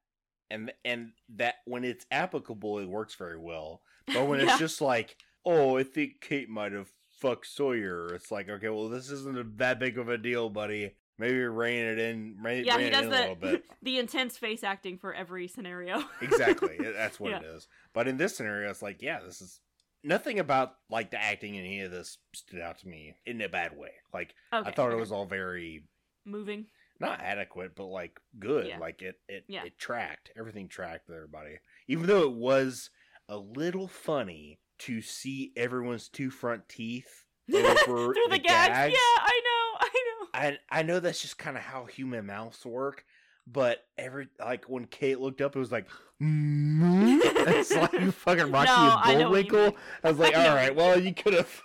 S2: and and that when it's applicable, it works very well. But (laughs) when
S1: Yeah.
S2: it's just like, oh, I think Kate might have fucked Sawyer, it's like, okay, well, this isn't a, that big of a deal, buddy. Maybe rein it in. Rein,
S1: yeah,
S2: rein
S1: he
S2: it
S1: does
S2: in a little
S1: the
S2: bit.
S1: (laughs) the intense face acting for every scenario. (laughs)
S2: exactly. It- That's what
S1: Yeah.
S2: it is. But in this scenario, it's like, yeah, this is nothing about like the acting in any of this stood out to me in a bad way. Like
S1: Okay,
S2: I thought
S1: okay.
S2: it was all very
S1: moving.
S2: not adequate, but like good.
S1: Yeah.
S2: Like it it
S1: Yeah.
S2: it tracked. Everything tracked with everybody. Even though it was a little funny to see everyone's two
S1: (laughs)
S2: front teeth over
S1: through the, gags. Yeah, I know, (laughs) I know.
S2: I I know that's just kind of how human mouths work, but every like when Kate looked up, it was like, (laughs) "Mm-hmm." it's like
S1: (laughs)
S2: you fucking Rocky
S1: No, I
S2: and
S1: know what you
S2: Bullwinkle. I was like,
S1: I know
S2: all
S1: what
S2: right,
S1: you
S2: well, you could have.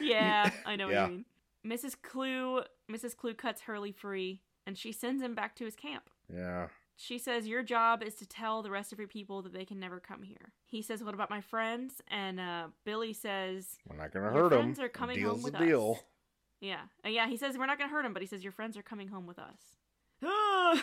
S1: Yeah, I know
S2: Yeah.
S1: what you mean. Mrs. Clue, Mrs. Clue cuts Hurley free, and she sends him back to his camp.
S2: (laughs) yeah,
S1: She says, Your job is to tell the rest of your people that they can never come here. He says, What about my friends? And uh, Billy says,
S2: we're not gonna
S1: Your
S2: hurt him.
S1: friends are coming home
S2: Deal's
S1: with
S2: a
S1: us.
S2: deal.
S1: Yeah. Uh, yeah, he says, We're not going to hurt him, but he says, Your friends are coming home with us. (gasps)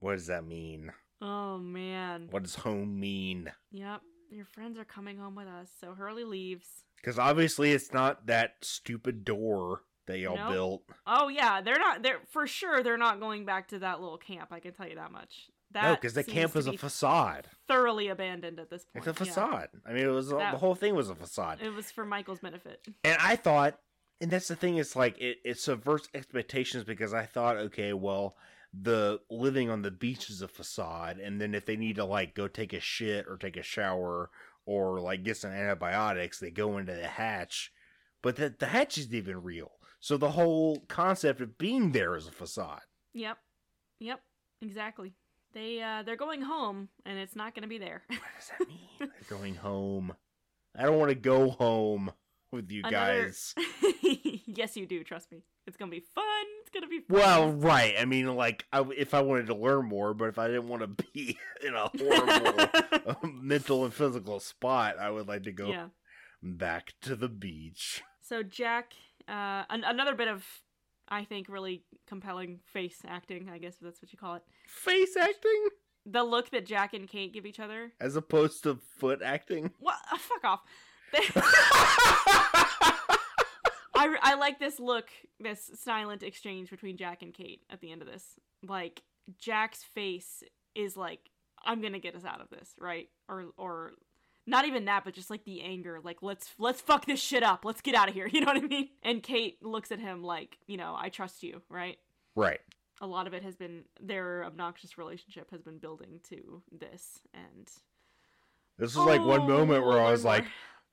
S2: What does that mean?
S1: oh, man.
S2: What does home mean?
S1: Yep. Your friends are coming home with us. So Hurley leaves.
S2: Because obviously, it's not that stupid door they all
S1: Nope.
S2: built.
S1: Oh, yeah. They're not, they're for sure, they're not going back to that little camp. I can tell you that much. That
S2: no, because the
S1: seems
S2: camp
S1: to
S2: was a
S1: be
S2: facade.
S1: thoroughly abandoned at this point.
S2: It's a
S1: Yeah.
S2: facade. I mean, it was all
S1: That-
S2: the whole thing was a facade.
S1: It was for Michael's benefit.
S2: And I thought, and that's the thing, it's like it, it subverts expectations because I thought, okay, well, the living on the beach is a facade, and then if they need to like go take a shit or take a shower or like get some antibiotics, they go into the hatch. But the, the hatch isn't even real. So the whole concept of being there is a facade.
S1: Yep. Yep. Exactly. They uh they're going home and it's not going to be there.
S2: (laughs)
S1: (laughs)
S2: What does that mean? They're going home. I don't want to go home with you
S1: Another-
S2: guys.
S1: yes, you do. Trust me. It's going to be fun. It's going to be fun. (laughs)
S2: Well, right. I mean, like, I, if I wanted to learn more, but if I didn't want to (laughs) be in a
S1: (laughs)
S2: horrible (laughs) mental and physical spot, I would like to go
S1: yeah.
S2: back to the beach.
S1: So Jack uh an- another bit of I think really compelling face acting, I guess if that's what you call it.
S2: Face acting
S1: The look that Jack and Kate give each other.
S2: as opposed to foot acting. (laughs)
S1: What? uh, fuck off. (laughs) I, I like this look, this silent exchange between Jack and Kate at the end of this. Like Jack's face is like, "I'm gonna get us out of this," right? Or or not even that, but just like the anger, like let's let's fuck this shit up, let's get out of here. (laughs) You know what I mean? And Kate looks at him like, you know, I trust you, right?
S2: right.
S1: A lot of it has been their obnoxious relationship has been building to this, and Oh,
S2: This is like one moment where I was like,
S1: more.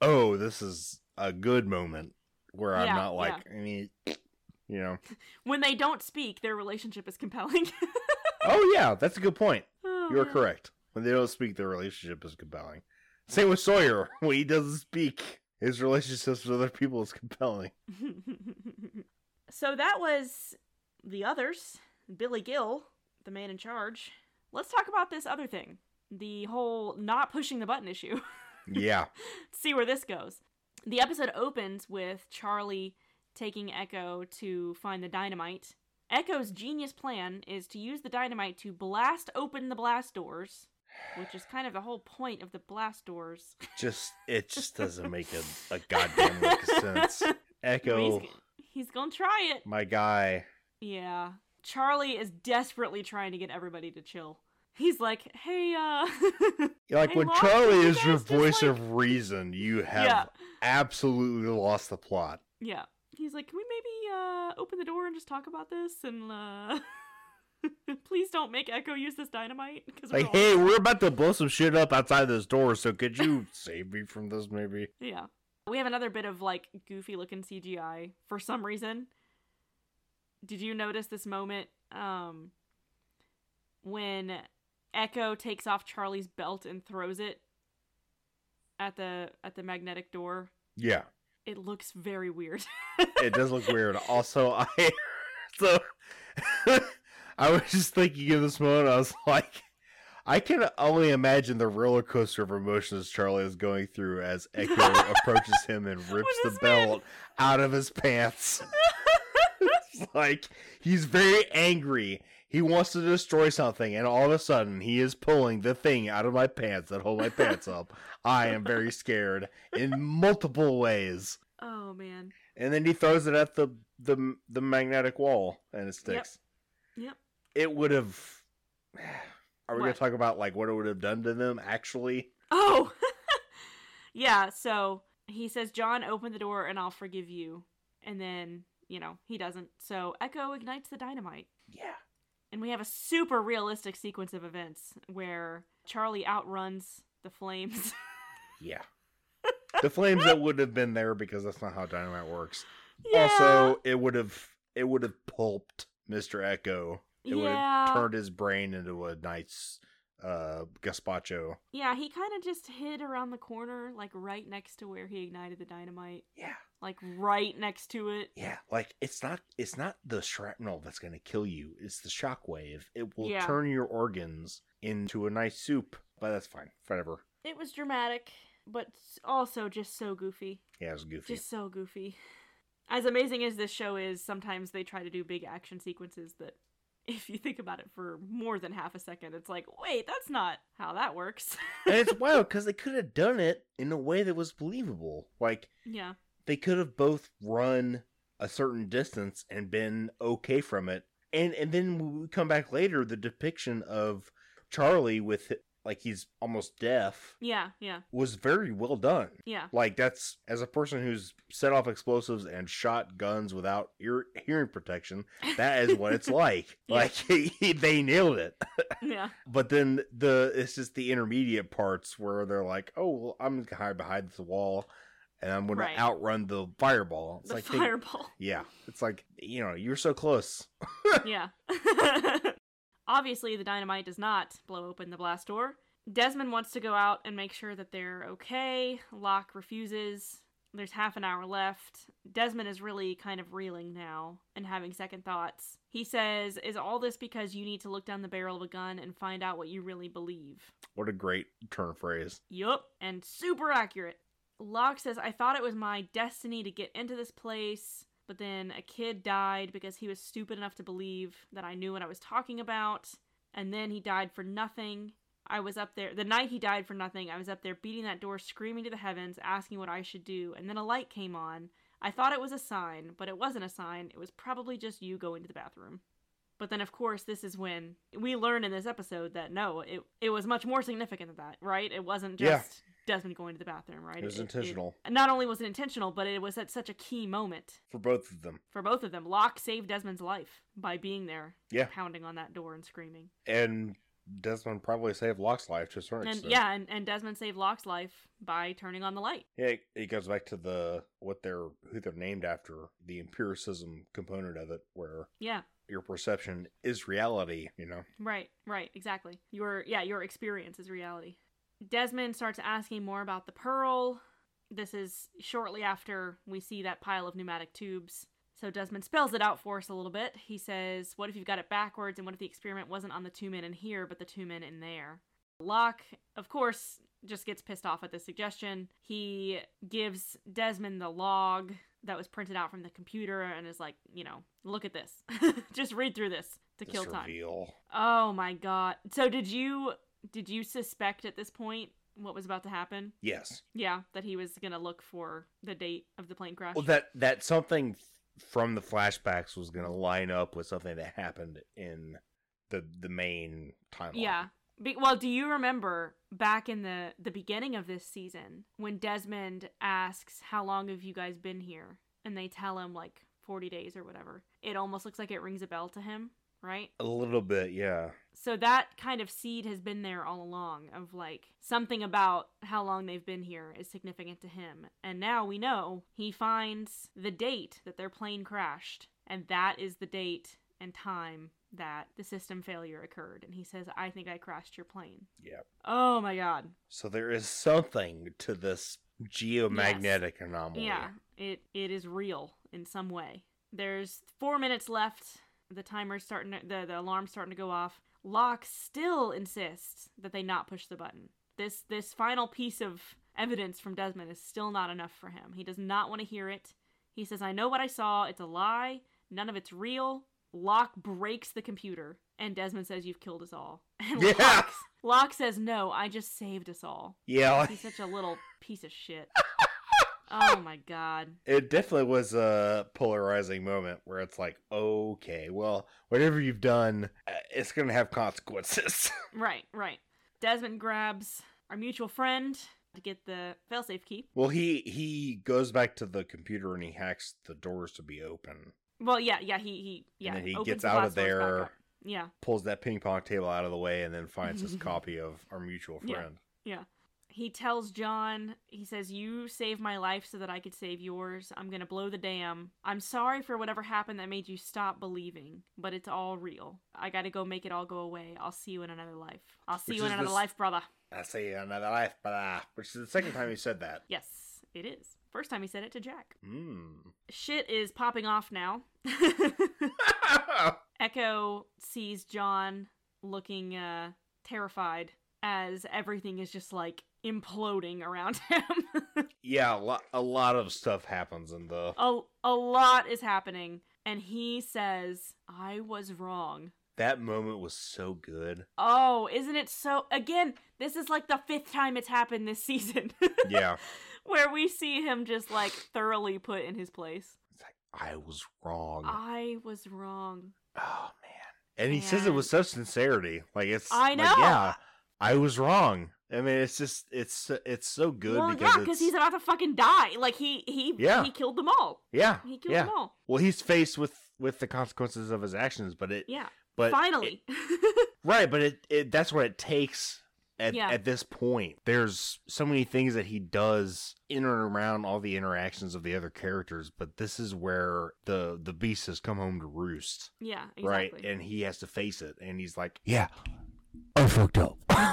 S2: oh, this is a good moment where I'm
S1: Yeah,
S2: not like, I mean, you know.
S1: when they don't speak, their relationship is compelling. (laughs)
S2: Oh, yeah. That's a good point.
S1: Oh,
S2: You are
S1: man.
S2: correct. When they don't speak, their relationship is compelling. Same with Sawyer. (laughs) When he doesn't speak, his relationships with other people is compelling.
S1: (laughs) so that was the others, Billy Gill, the man in charge. Let's talk about this other thing the whole not pushing the button issue. (laughs)
S2: Yeah.
S1: See where this goes. The episode opens with Charlie taking Echo to find the dynamite. Echo's genius plan is to use the dynamite to blast open the blast doors, which is kind of the whole point of the blast doors.
S2: Just it
S1: (laughs)
S2: just doesn't make a, a goddamn lick of sense.
S1: I mean, (laughs)
S2: Echo,
S1: he's, he's gonna try it.
S2: my guy.
S1: Yeah. Charlie is desperately trying to get everybody to chill. He's like, hey, uh. (laughs)
S2: Like
S1: Hey,
S2: when
S1: Lon,
S2: Charlie
S1: you
S2: is your
S1: guys just,
S2: voice
S1: like-
S2: of reason, you have
S1: yeah.
S2: absolutely lost the plot.
S1: Yeah. He's like, can we maybe uh, open the door and just talk about this? And uh, (laughs) please don't make Echo use this dynamite. Cause we're
S2: Like,
S1: all-
S2: hey, we're about to blow some shit up outside this door, so could you save me from this maybe?
S1: Yeah. We have another bit of like goofy looking CGI for some reason. Did you notice this moment um when Echo takes off Charlie's belt and throws it at the at the magnetic door?
S2: Yeah.
S1: It looks very weird. (laughs)
S2: it does look weird. Also, (laughs) I so (laughs) I was just thinking of this moment. I was like, I can only imagine the roller coaster of emotions Charlie is going through as Echo approaches him and rips the
S1: his man.
S2: belt out of his pants. (laughs) It's like he's very angry. He wants to destroy something, and all of a sudden, he is pulling the thing out of my pants that hold my pants up. I am very scared in multiple ways.
S1: oh man.
S2: And then he throws it at the the the magnetic wall and it sticks.
S1: Yep.
S2: It would have. (sighs) Are we going
S1: What?
S2: to talk about like what it would have done to them actually?
S1: Oh! (laughs) yeah, so he says, John, open the door and I'll forgive you. And then, you know, he doesn't. So Echo ignites the dynamite.
S2: Yeah.
S1: And we have a super realistic sequence of events where Charlie outruns the flames. (laughs)
S2: Yeah. the flames that would have been there because that's not how dynamite works.
S1: (laughs) yeah.
S2: Also, it would have it would have pulped Mr. Echo. It would
S1: Yeah.
S2: have turned his brain into a nice uh gazpacho.
S1: yeah, he kind of just hid around the corner, like right next to where he ignited the dynamite.
S2: Yeah.
S1: Like right next to it.
S2: Yeah, like it's not it's not the shrapnel that's going to kill you. It's the shockwave. It will
S1: Yeah.
S2: turn your organs into a nice soup. But that's fine. Whatever.
S1: It was dramatic, but also just so goofy.
S2: Yeah, it was goofy.
S1: Just so goofy. As amazing as this show is, sometimes they try to do big action sequences that, (laughs) if you think about it for more than half a second, it's like, wait, that's not how that works. (laughs)
S2: and it's wild because they could have done it in a way that was believable. Like
S1: yeah.
S2: they could have both run a certain distance and been okay from it. And and then when we come back later, the depiction of Charlie with like he's almost deaf
S1: Yeah, yeah,
S2: was very well done.
S1: yeah.
S2: Like that's as a person who's set off explosives and shot guns without ear, hearing protection, that is what it's like.
S1: Yeah.
S2: Like (laughs) they nailed it.
S1: (laughs) yeah.
S2: But then the it's just the intermediate parts where they're like, "Oh, well, I'm going to hide behind the wall, and I'm going
S1: Right.
S2: to outrun the fireball." It's
S1: The
S2: like, they-
S1: fireball.
S2: yeah, it's like you know, you're so close.
S1: yeah. (laughs) Obviously, the dynamite does not blow open the blast door. Desmond wants to go out and make sure that they're okay. Locke refuses. There's half an hour left. Desmond is really kind of reeling now and having second thoughts. He says, Is all this because you need to look down the barrel of a gun and find out what you really believe?
S2: What a great turn of phrase.
S1: Yup, and super accurate. Locke says, I thought it was my destiny to get into this place, but then a kid died because he was stupid enough to believe that I knew what I was talking about, and then he died for nothing. I was up there, the night he died for nothing, I was up there beating that door, screaming to the heavens, asking what I should do, and then a light came on. I thought it was a sign, but it wasn't a sign. It was probably just you going to the bathroom. But then, of course, this is when we learn in this episode that no, it it was much more significant than that, right? It wasn't
S2: Yeah.
S1: just Desmond going to the bathroom, right?
S2: It was intentional
S1: not only was it intentional, but it was at such a key moment
S2: for both of them,
S1: for both of them. Locke saved Desmond's life by being there,
S2: Yeah.
S1: pounding on that door and screaming.
S2: and Desmond probably saved Locke's life to a certain
S1: And
S2: extent.
S1: yeah, and, and Desmond saved Locke's life by turning on the light.
S2: Yeah, it- it goes back to the what they're who they're named after, the empiricism component of it, where
S1: Yeah,
S2: your perception is reality. You know,
S1: Right, right, exactly. Your yeah, your experience is reality. Desmond starts asking more about the pearl. This is shortly after we see that pile of pneumatic tubes. So Desmond spells it out for us a little bit. He says, "What if you've got it backwards and what if the experiment wasn't on the two men in here but the two men in there?" Locke, of course, just gets pissed off at this suggestion. He gives Desmond the log that was printed out from the computer and is like, you know, look at this. (laughs) just read through this to
S2: This
S1: kill time.
S2: reveal.
S1: Oh my god. So did you did you suspect at this point what was about to happen?
S2: Yes.
S1: Yeah, that he was going to look for the date of the plane crash.
S2: Well, that that something from the flashbacks was going to line up with something that happened in the the main timeline.
S1: yeah. Be- well, do you remember back in the the beginning of this season when Desmond asks how long have you guys been here and they tell him like 40 days or whatever. It almost looks like it rings a bell to him, right?
S2: a little bit. Yeah,
S1: So that kind of seed has been there all along of like something about how long they've been here is significant to him. And now we know he finds the date that their plane crashed, and that is the date and time that the system failure occurred. And he says, I think I crashed your plane.
S2: Yep.
S1: Oh my god.
S2: so there is something to this geomagnetic anomaly.
S1: Yeah, it it is real in some way. There's four minutes left. The timer's starting. To, the the alarm's starting to go off. Locke still insists that they not push the button. This this final piece of evidence from Desmond is still not enough for him. He does not want to hear it. He says, "I know what I saw. It's a lie. None of it's real." Locke breaks the computer, and Desmond says, "You've killed us all." (laughs) And
S2: Yeah.
S1: Locke, Locke says, "No, I just saved us all."
S2: yeah.
S1: He's
S2: Like,
S1: such a little piece of shit. Oh my god.
S2: It definitely was a polarizing moment where it's like, okay, well, whatever you've done, uh, it's going to have consequences. (laughs)
S1: Right, right. Desmond grabs our mutual friend to get the failsafe key.
S2: well, he he goes back to the computer and he hacks the doors to be open.
S1: Well, yeah, yeah, he he yeah.
S2: then he
S1: opens
S2: gets
S1: the
S2: out of
S1: glass doors back
S2: there.
S1: up. Yeah,
S2: Pulls that ping pong table out of the way and then
S1: (laughs)
S2: finds his copy of our mutual
S1: Yeah.
S2: friend.
S1: he tells John. He says, "You saved my life so that I could save yours. I'm gonna blow the dam. I'm sorry for whatever happened that made you stop believing, but it's all real. I gotta go make it all go away. I'll see you in another life. I'll see
S2: Which
S1: you in
S2: is
S1: another
S2: this-
S1: life, brother."
S2: I see you in another life, blah, which is the second time he said that.
S1: Yes, it is. First time he said it to Jack.
S2: Hmm. (laughs)
S1: Shit is popping off now. Echo sees John looking uh, terrified as everything is just like imploding around (laughs) him.
S2: yeah, a lot, a lot of stuff happens in the.
S1: a, a lot is happening, and he says, I was wrong.
S2: That moment was so good.
S1: Oh, isn't it so? Again, this is like the fifth time it's happened this season (laughs)
S2: Yeah.
S1: where we see him just like thoroughly put in his place.
S2: it's like, I was wrong.
S1: I was wrong.
S2: oh, man. And he says it with such sincerity. Like, it's.
S1: I
S2: like,
S1: know.
S2: yeah, I was wrong. I mean, it's just, it's it's so good
S1: well,
S2: because
S1: yeah,
S2: it's.
S1: he's about to fucking die. Like he he
S2: Yeah.
S1: he killed them all.
S2: yeah.
S1: He killed
S2: yeah.
S1: them all.
S2: Well, he's faced with with the consequences of his actions, but it.
S1: Yeah.
S2: But
S1: Finally. (laughs)
S2: Right, but it, it that's what it takes at,
S1: Yeah.
S2: at this point. There's so many things that he does in and around all the interactions of the other characters, but this is where the the beast has come home to roost,
S1: yeah, exactly.
S2: right? And he has to face it, and he's like, "Yeah, I fucked up." (laughs)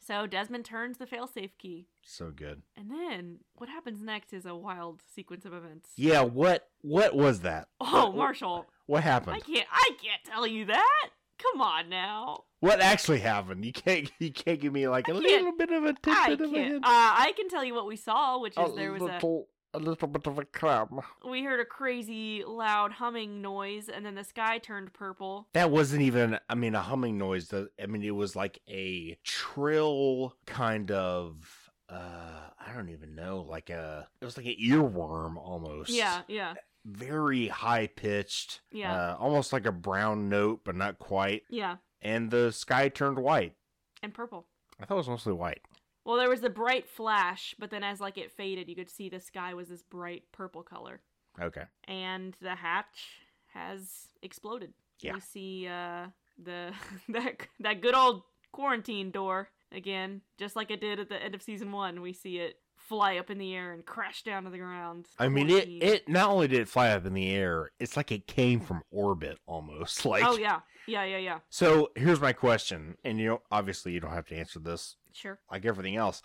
S1: so Desmond turns the failsafe key.
S2: so good.
S1: And then what happens next is a wild sequence of events.
S2: Yeah, what what was that?
S1: Oh,
S2: What-
S1: Marshall,
S2: What
S1: I
S2: happened?
S1: can't I can't tell you that. Come on now.
S2: What actually happened? You can't (laughs) you can't give me like a
S1: I
S2: little bit of a
S1: I
S2: tidbit of a
S1: can't. Uh,
S2: hint.
S1: I can tell you what we saw, which
S2: Oh,
S1: is there was a
S2: little a little bit of a crumb.
S1: we heard a crazy loud humming noise and then the sky turned purple.
S2: That wasn't even, I mean, a humming noise. The- I mean, it was like a trill kind of, uh, I don't even know, like a, it was like an earworm almost.
S1: Yeah, yeah,
S2: Very high pitched.
S1: Yeah.
S2: Uh, almost like a brown note, but not quite.
S1: yeah.
S2: And the sky turned white.
S1: And purple.
S2: I thought it was mostly white.
S1: Well, there was the bright flash, but then as like it faded, you could see the sky was this bright purple color,
S2: Okay.
S1: and the hatch has exploded.
S2: Yeah.
S1: We see uh, the (laughs) that that good old quarantine door again, just like it did at the end of season one. We see it fly up in the air and crash down to the ground.
S2: I mean, it,
S1: Quarantine.
S2: it not only did it fly up in the air, it's like it came from orbit almost. (laughs) Like,
S1: Oh yeah, yeah, yeah, yeah.
S2: So here's my question, and you know, obviously you don't have to answer this.
S1: Sure.
S2: like everything else.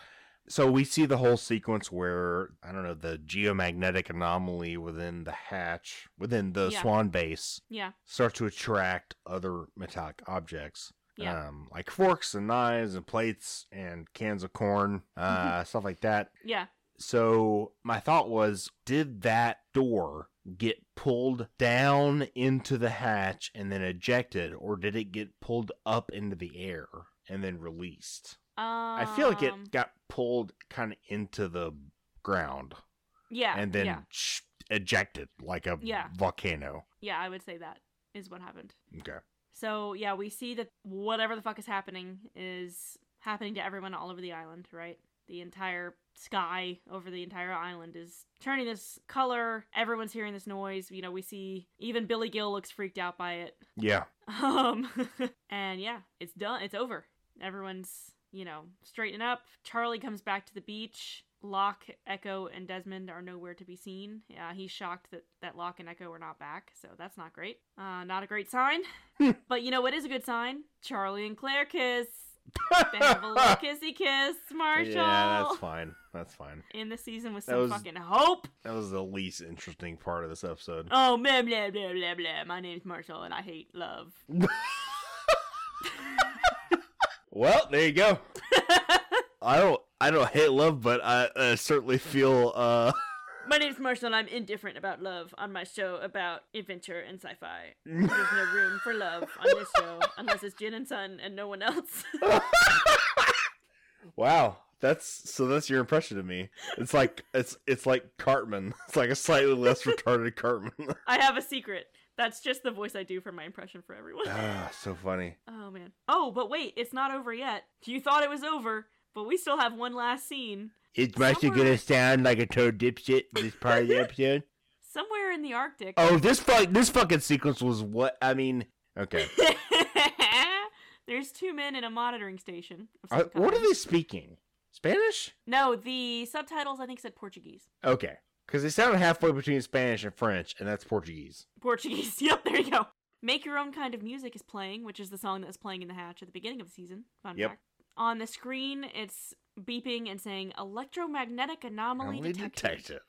S2: So we see the whole sequence where I don't know the geomagnetic anomaly within the hatch within the
S1: Yeah.
S2: swan base
S1: Yeah,
S2: starts to attract other metallic objects,
S1: yeah,
S2: um, like forks and knives and plates and cans of corn,
S1: Mm-hmm.
S2: uh, stuff like that.
S1: yeah.
S2: So my thought was, did that door get pulled down into the hatch and then ejected, or did it get pulled up into the air and then released?
S1: Um,
S2: I feel like it got pulled kind of into the ground
S1: Yeah,
S2: and then
S1: yeah,
S2: sh- ejected like a
S1: Yeah.
S2: volcano.
S1: yeah. I would say that is what happened.
S2: Okay.
S1: So yeah, we see that whatever the fuck is happening is happening to everyone all over the island, right? The entire sky over the entire island is turning this color. Everyone's hearing this noise. You know, we see even Billy Gill looks freaked out by it.
S2: Yeah.
S1: Um, (laughs) and yeah, it's done. It's over. Everyone's you know straightening up. Charlie comes back to the beach. Locke, Echo, and Desmond are nowhere to be seen. Yeah, he's shocked that that Locke and Echo are not back, so that's not great. Uh, not a great sign.
S2: Hmm.
S1: but you know what is a good sign? Charlie and Claire
S2: (laughs)
S1: kiss. They have a little kissy kiss, Marshall.
S2: Yeah, that's fine. That's fine.
S1: In the season with
S2: That
S1: some
S2: was-
S1: fucking hope.
S2: That was the least interesting part of this episode.
S1: Oh, blah, blah, blah, blah, blah. My name's Marshall and I hate love.
S2: (laughs) well, there you go. I don't I don't hate love, but I uh, certainly feel uh (laughs)
S1: My name's Marshall, and I'm indifferent about love on my show about adventure and sci-fi. There's no room for love on this show unless it's Jin and Sun and no one else.
S2: wow. That's so that's your impression of me. It's like it's it's like Cartman. (laughs) It's like a slightly less retarded Cartman.
S1: (laughs)
S2: (laughs)
S1: I have a secret. That's just the voice I do for my impression for everyone.
S2: ah, so funny.
S1: (laughs) Oh man. Oh, but wait, it's not over yet. You thought it was over, but we still have one last scene.
S2: It's
S1: actually gonna
S2: sound like a toad dipshit this part (laughs) of the episode.
S1: Somewhere in the Arctic.
S2: Oh, this fuck this fucking sequence was what I mean okay.
S1: (laughs) There's two men in a monitoring station. of some
S2: Are- what are
S1: kind.
S2: they speaking? Spanish?
S1: No, the subtitles I think said Portuguese.
S2: Okay. Because they sound halfway between Spanish and French, and that's Portuguese.
S1: Portuguese. (laughs) Yep, there you go. Make Your Own Kind of Music is playing, which is the song that was playing in the hatch at the beginning of the season. Fun
S2: Yep.
S1: fact. On the screen, it's beeping and saying electromagnetic anomaly,
S2: Only
S1: detected.
S2: detected.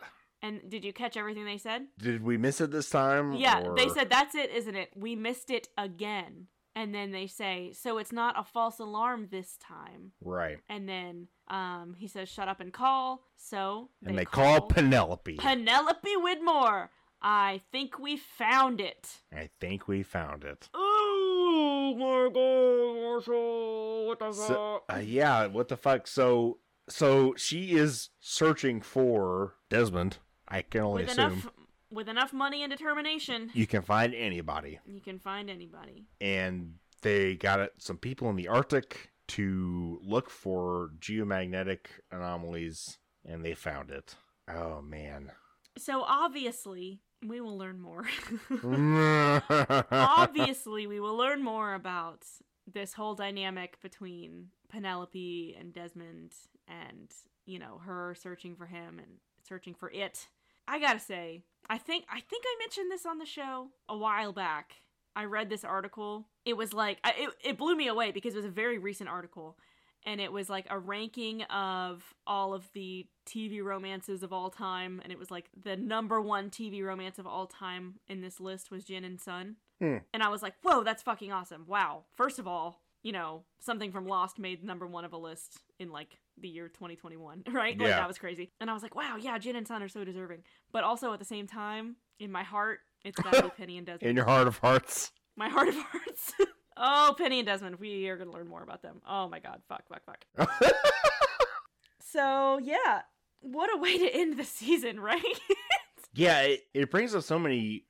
S1: And did you catch everything they said?
S2: Did we miss it this time?
S1: Yeah, they
S2: Mm, or-
S1: said that's it, isn't it? We missed it again. And then they say, so it's not a false alarm this time.
S2: Right.
S1: And then um, he says, shut up and call. So
S2: And they, call, Penelope.
S1: Penelope Widmore. I think we found it.
S2: I think we found it.
S1: Oh my god, Marshall, what the
S2: So, uh, yeah, what the fuck? So, so she is searching for Desmond. I can only
S1: with
S2: assume
S1: enough with enough money and determination,
S2: you can find anybody,
S1: you can find anybody.
S2: and they got it- some people in the Arctic to look for geomagnetic anomalies, and they found it. Oh man.
S1: So obviously, we will learn
S2: (laughs)
S1: more. obviously, we will learn more about this whole dynamic between Penelope and Desmond and, you know, her searching for him and searching for it. I got to say, I think I think I mentioned this on the show a while back. I read this article. It was like I, it it blew me away because it was a very recent article and it was like a ranking of all of the TV romances of all time and it was like the number 1 TV romance of all time in this list was Jin and Sun.
S2: Hmm.
S1: And I was like, "Whoa, that's fucking awesome. Wow. First of all, you know, something from Lost made number 1 of a list in like the year 2021, (laughs) right? Like
S2: Yeah.
S1: that was crazy. And I was like, "Wow, yeah, Jin and Sun are so deserving." But also at the same time, in my heart, it's got to
S2: (laughs)
S1: be Penny and Desmond.
S2: (laughs) in your heart of (laughs) hearts.
S1: my heart of hearts. (laughs) oh, Penny and Desmond. We are going to learn more about them. Oh my god. Fuck, fuck, fuck. So, yeah. What a way to end the season, (laughs) right?
S2: Yeah, it, it brings up so many.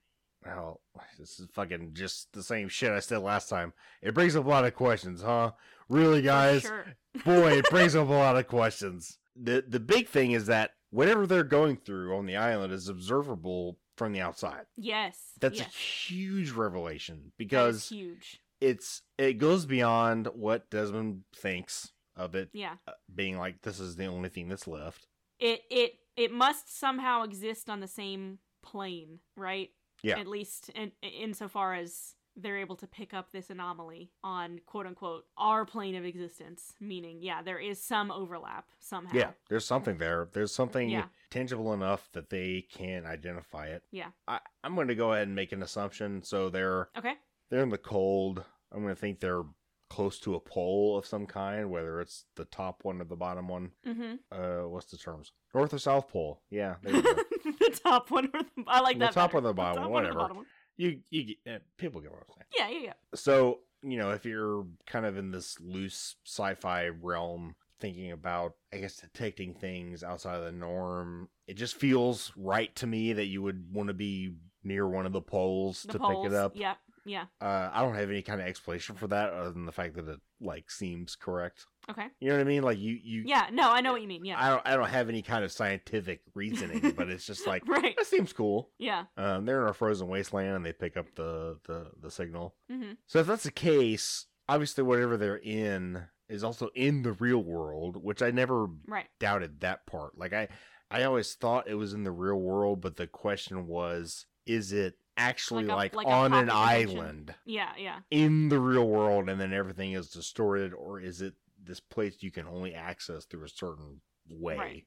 S2: Well, this is fucking just the same shit I said last time. It brings up a lot of questions, huh? Really, guys?
S1: Sure.
S2: (laughs) Boy, it brings up a lot of questions. The the big thing is that whatever they're going through on the island is observable from the outside.
S1: Yes.
S2: That's
S1: yes.
S2: a huge revelation
S1: That is
S2: because
S1: huge.
S2: it's it goes beyond what Desmond thinks of it
S1: Yeah.
S2: uh, being like this is the only thing that's left.
S1: It it it must somehow exist on the same plane, right?
S2: Yeah.
S1: At least in insofar as they're able to pick up this anomaly on quote unquote our plane of existence, meaning yeah, there is some overlap somehow.
S2: Yeah, there's something there. There's something
S1: Yeah.
S2: tangible enough that they can identify it.
S1: Yeah.
S2: I, I'm going to go ahead and make an assumption. So they're
S1: Okay.
S2: they're in the cold. I'm going to think they're close to a pole of some kind, whether it's the top one or the bottom one.
S1: Mm-hmm.
S2: Uh, what's the terms? North or South Pole? Yeah, there you go.
S1: (laughs) the top one or the I like
S2: The
S1: that.
S2: top
S1: better.
S2: or the bottom,
S1: top
S2: whatever.
S1: one.
S2: you you get, eh, people get what I'm saying.
S1: Yeah, yeah, yeah.
S2: So you know, if you're kind of in this loose sci-fi realm, thinking about I guess detecting things outside of the norm, it just feels right to me that you would want to be near one of the poles
S1: The
S2: to
S1: poles.
S2: pick it up.
S1: Yeah, yeah.
S2: Uh, I don't have any kind of explanation for that other than the fact that it like seems correct.
S1: Okay.
S2: You know what I mean? Like you you.
S1: Yeah. No, I know what you mean. Yeah.
S2: I don't. I don't have any kind of scientific reasoning, but it's just like
S1: (laughs) right.
S2: (laughs) that seems cool.
S1: Yeah.
S2: Um, they're in a frozen wasteland and they pick up the the, the signal.
S1: hmm
S2: So if that's the case, obviously whatever they're in is also in the real world, which I never
S1: Right.
S2: doubted that part. Like I I always thought it was in the real world, but the question was is it actually
S1: Like
S2: like,
S1: a- like a
S2: on an
S1: pocket dimension.
S2: island
S1: Yeah. Yeah.
S2: in the real world and then everything is distorted or is it this place you can only access through a certain way?
S1: Right.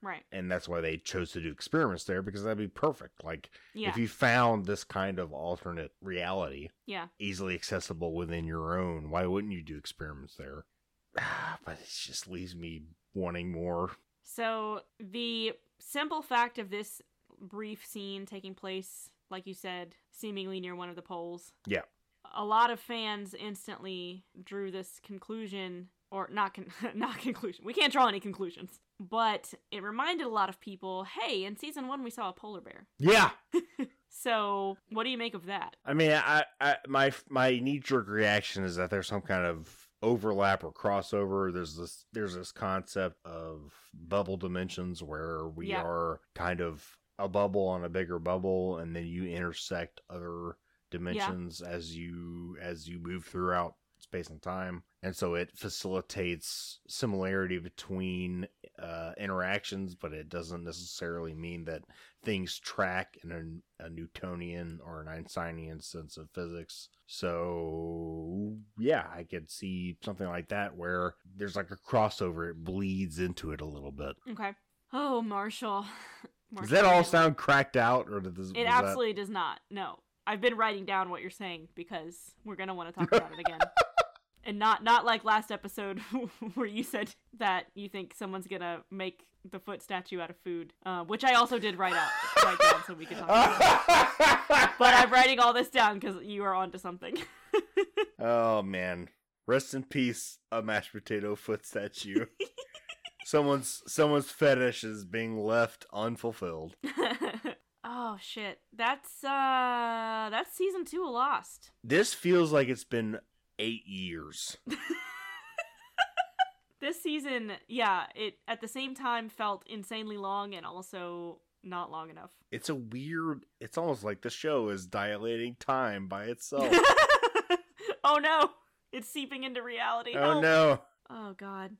S1: Right.
S2: And that's why they chose to do experiments there because that'd be perfect. Like
S1: Yeah.
S2: if you found this kind of alternate reality,
S1: yeah.
S2: easily accessible within your own. Why wouldn't you do experiments there? Ah, (sighs) but it just leaves me wanting more.
S1: So the simple fact of this brief scene taking place, like you said, seemingly near one of the poles.
S2: Yeah.
S1: A lot of fans instantly drew this conclusion or not con- (laughs) not conclusion. We can't draw any conclusions, but it reminded a lot of people, hey, in season 1 we saw a polar bear.
S2: Yeah.
S1: So, what do you make of that?
S2: I mean, I, I my my knee jerk reaction is that there's some kind of overlap or crossover. There's this there's this concept of bubble dimensions where we
S1: Yeah.
S2: are kind of a bubble on a bigger bubble, and then you intersect other dimensions as you as you move throughout space and time, and so it facilitates similarity between uh, interactions, but it doesn't necessarily mean that things track in a, a Newtonian or an Einsteinian sense of physics. So, yeah, I could see something like that where there's like a crossover, it bleeds into it a little bit.
S1: Okay. Oh, Marshall. (laughs)
S2: Does
S1: Marshall,
S2: that all
S1: man.
S2: sound cracked out, or does was
S1: It
S2: that-
S1: absolutely does not. No. I've been writing down what you're saying because we're going to want to talk about it again. And not not like last episode (laughs) where you said that you think someone's going to make the foot statue out of food, uh, which I also did write out (laughs) write down so we could talk about
S2: (laughs)
S1: it. But I'm writing all this down because you are onto something. (laughs)
S2: oh man, rest in peace, a mashed potato foot (laughs) statue. someone's someone's fetish is being left unfulfilled.
S1: oh shit. That's uh that's season 2 of Lost.
S2: This feels like it's been eight years.
S1: (laughs) This season, yeah, it at the same time felt insanely long and also not long enough.
S2: It's a weird. It's almost like the show is dilating time by (laughs) itself.
S1: (laughs) oh no. It's seeping into reality.
S2: oh
S1: Help.
S2: no!
S1: Oh god.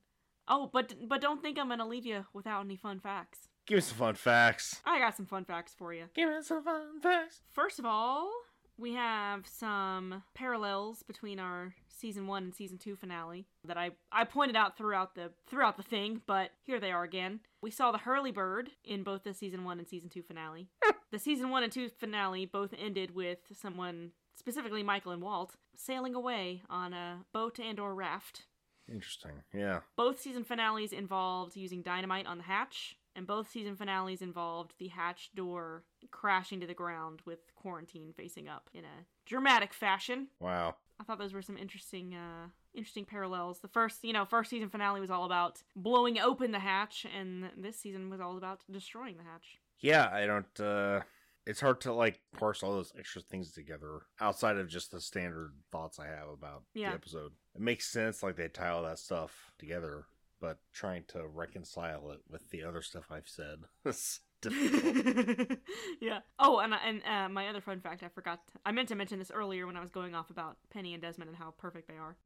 S1: Oh, but but don't think I'm going to leave you without any fun facts.
S2: Give me some fun facts.
S1: I got some fun facts for you.
S2: Give me some fun facts.
S1: First of all, we have some parallels between our season one and season two finale that I, I pointed out throughout the throughout the thing, but here they are again. We saw the Hurley Bird in both the season one and season two finale. the season one and two finale both ended with someone specifically Michael and Walt sailing away on a boat and or raft.
S2: Interesting. Yeah.
S1: Both season finales involved using dynamite on the hatch, and both season finales involved the hatch door crashing to the ground with quarantine facing up in a dramatic fashion.
S2: Wow.
S1: I thought those were some interesting uh interesting parallels. The first, you know, first season finale was all about blowing open the hatch and this season was all about destroying the hatch.
S2: Yeah, I don't. uh It's hard to like parse all those extra things together outside of just the standard thoughts I have about
S1: Yeah.
S2: the episode. It makes sense, like they tie all that stuff together, but trying to reconcile it with the other stuff I've said (laughs) is difficult.
S1: (laughs) yeah. Oh, and and uh, my other fun fact I forgot. I meant to mention this earlier when I was going off about Penny and Desmond and how perfect they are.